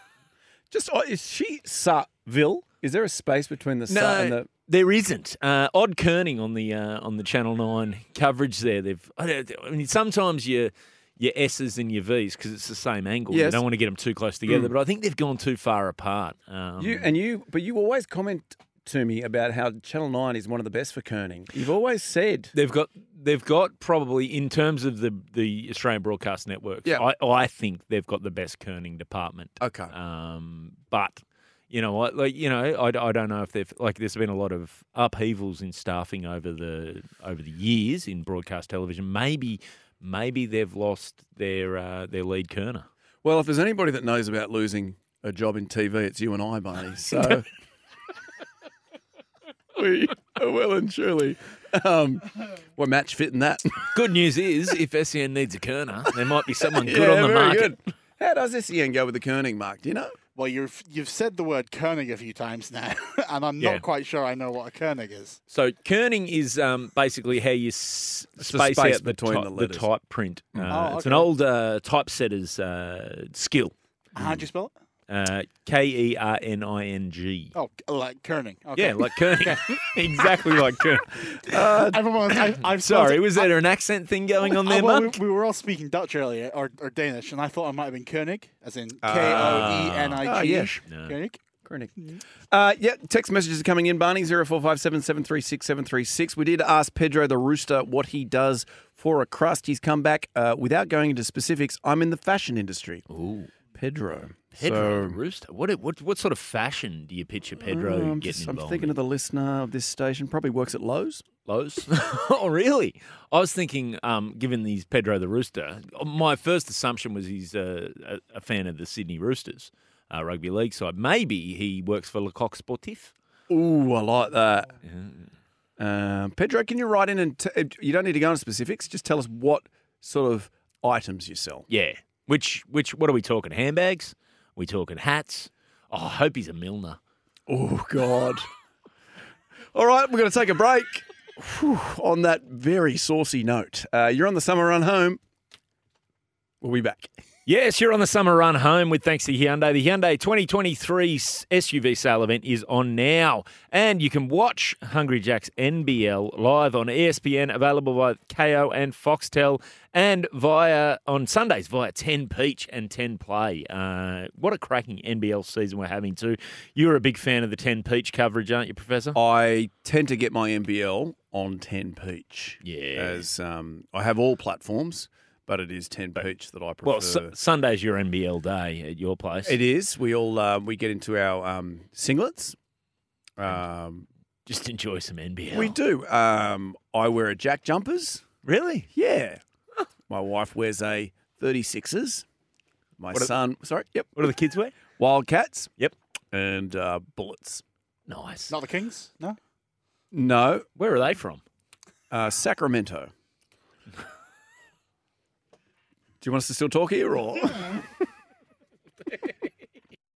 [SPEAKER 1] Just oh, is she Sutville? Is there a space between the Sut and the?
[SPEAKER 2] there isn't. Uh, odd kerning on the uh, on the Channel Nine coverage there. They've. I, don't, I mean, sometimes your your S's and your V's because it's the same angle. You
[SPEAKER 1] Yes. Mm.
[SPEAKER 2] don't want to get them too close together, but I think they've gone too far apart. Um,
[SPEAKER 1] You and you, but you always comment to me about how Channel Nine is one of the best for kerning. You've always said
[SPEAKER 2] they've got they've got probably in terms of the the Australian broadcast networks.
[SPEAKER 1] Yeah.
[SPEAKER 2] I, I think they've got the best kerning department.
[SPEAKER 1] okay.
[SPEAKER 2] Um, but you know, I, like you know, I, I don't know if they've like. There's been a lot of upheavals in staffing over the over the years in broadcast television. Maybe maybe they've lost their uh, their lead kerner.
[SPEAKER 1] Well, if there's anybody that knows about losing a job in TV, it's you and I, Barney. So we are well and truly um, we're match fit in that.
[SPEAKER 2] Good news is, if SEN needs a kerner, there might be someone good on the market.
[SPEAKER 1] good. How does this Ian go with the kerning, Mark? Do you know?
[SPEAKER 3] Well, you've you've said the word Koenig a few times now, and I'm
[SPEAKER 2] Yeah.
[SPEAKER 3] not quite sure I know what a Koenig is.
[SPEAKER 2] So kerning is um, basically how you s-
[SPEAKER 1] the
[SPEAKER 2] space,
[SPEAKER 1] space
[SPEAKER 2] out the,
[SPEAKER 1] between
[SPEAKER 2] ty-
[SPEAKER 1] the
[SPEAKER 2] the
[SPEAKER 1] letters. Mm.
[SPEAKER 2] type print. Uh,
[SPEAKER 3] Oh,
[SPEAKER 2] It's an
[SPEAKER 3] okay.
[SPEAKER 2] old uh, typesetter's uh, skill.
[SPEAKER 3] How do you spell it?
[SPEAKER 2] Uh, K e r n i n g.
[SPEAKER 3] Oh, k- like Koenig. Okay.
[SPEAKER 2] Yeah, like Kearney. exactly like Kearney.
[SPEAKER 3] everyone. I, I'm
[SPEAKER 2] Sorry, was there an accent thing going on there,
[SPEAKER 3] Ah, well,
[SPEAKER 2] Mark?
[SPEAKER 3] we, we were all speaking Dutch earlier, or, or Danish, and I thought I might have been Koenig, as in K
[SPEAKER 2] Ah.
[SPEAKER 3] O E N
[SPEAKER 1] Ah,
[SPEAKER 3] I G.
[SPEAKER 1] yes.
[SPEAKER 2] No.
[SPEAKER 3] Koenig.
[SPEAKER 1] Kerning. Uh, yeah, text messages are coming in, Barney, 0457 736 736. We did ask Pedro the Rooster what he does for a crust. He's come back uh, without going into specifics. I'm in the fashion industry.
[SPEAKER 2] Ooh,
[SPEAKER 1] Pedro.
[SPEAKER 2] Pedro
[SPEAKER 1] So-
[SPEAKER 2] Rooster. What, what what sort of fashion do you picture Pedro
[SPEAKER 1] Oh, I'm,
[SPEAKER 2] getting
[SPEAKER 1] just- I'm
[SPEAKER 2] involved?
[SPEAKER 1] thinking
[SPEAKER 2] in?
[SPEAKER 1] of the listener of this station. Probably works at Lowe's.
[SPEAKER 2] Lowe's. oh, really? I was thinking, um, given he's Pedro the Rooster, my first assumption was he's uh, a, a fan of the Sydney Roosters uh, rugby league side. Maybe he works for Lecoq Sportif.
[SPEAKER 1] Ooh, I like that. Um, Pedro, can you write in and t- uh, you don't need to go into specifics. Just tell us what sort of items you sell.
[SPEAKER 2] Yeah. Which which what are we talking? Handbags? we talking hats? Oh, I hope he's a Milner.
[SPEAKER 1] Oh God! All right, we're going to take a break. Whew, on that very saucy note, uh, you're on the summer run home. We'll be back.
[SPEAKER 2] Yes, you're on the summer run home with thanks to Hyundai. The Hyundai 2023 SUV sale event is on now, and you can watch Hungry Jack's NBL live on E ESPN, available by KO and Foxtel, and via on Sundays via 10 Peach and 10 Play. Uh, what a cracking NBL season we're having too. You're a big fan of the 10 Peach coverage, aren't you, Professor?
[SPEAKER 1] Oh, I tend to get my MBL on Ten Peach.
[SPEAKER 2] Yeah.
[SPEAKER 1] as um, I have all platforms, but it is Ten Peach that I prefer.
[SPEAKER 2] well, su- Sunday's your NBL day at your place.
[SPEAKER 1] It is. We all uh, we get into our um, singlets. Um,
[SPEAKER 2] Just enjoy some NBL.
[SPEAKER 1] we do. Um, I wear a Jack jumpers.
[SPEAKER 2] really.
[SPEAKER 1] Yeah. My wife wears a 36s. My
[SPEAKER 2] What are-
[SPEAKER 1] son, sorry, yep,
[SPEAKER 2] What do the kids wear?
[SPEAKER 1] Wildcats.
[SPEAKER 2] Yep.
[SPEAKER 1] And uh, Bullets.
[SPEAKER 2] Nice.
[SPEAKER 3] Not the Kings. No.
[SPEAKER 1] No,
[SPEAKER 2] Where are they from?
[SPEAKER 1] uh, Sacramento. do you want us to still talk here or?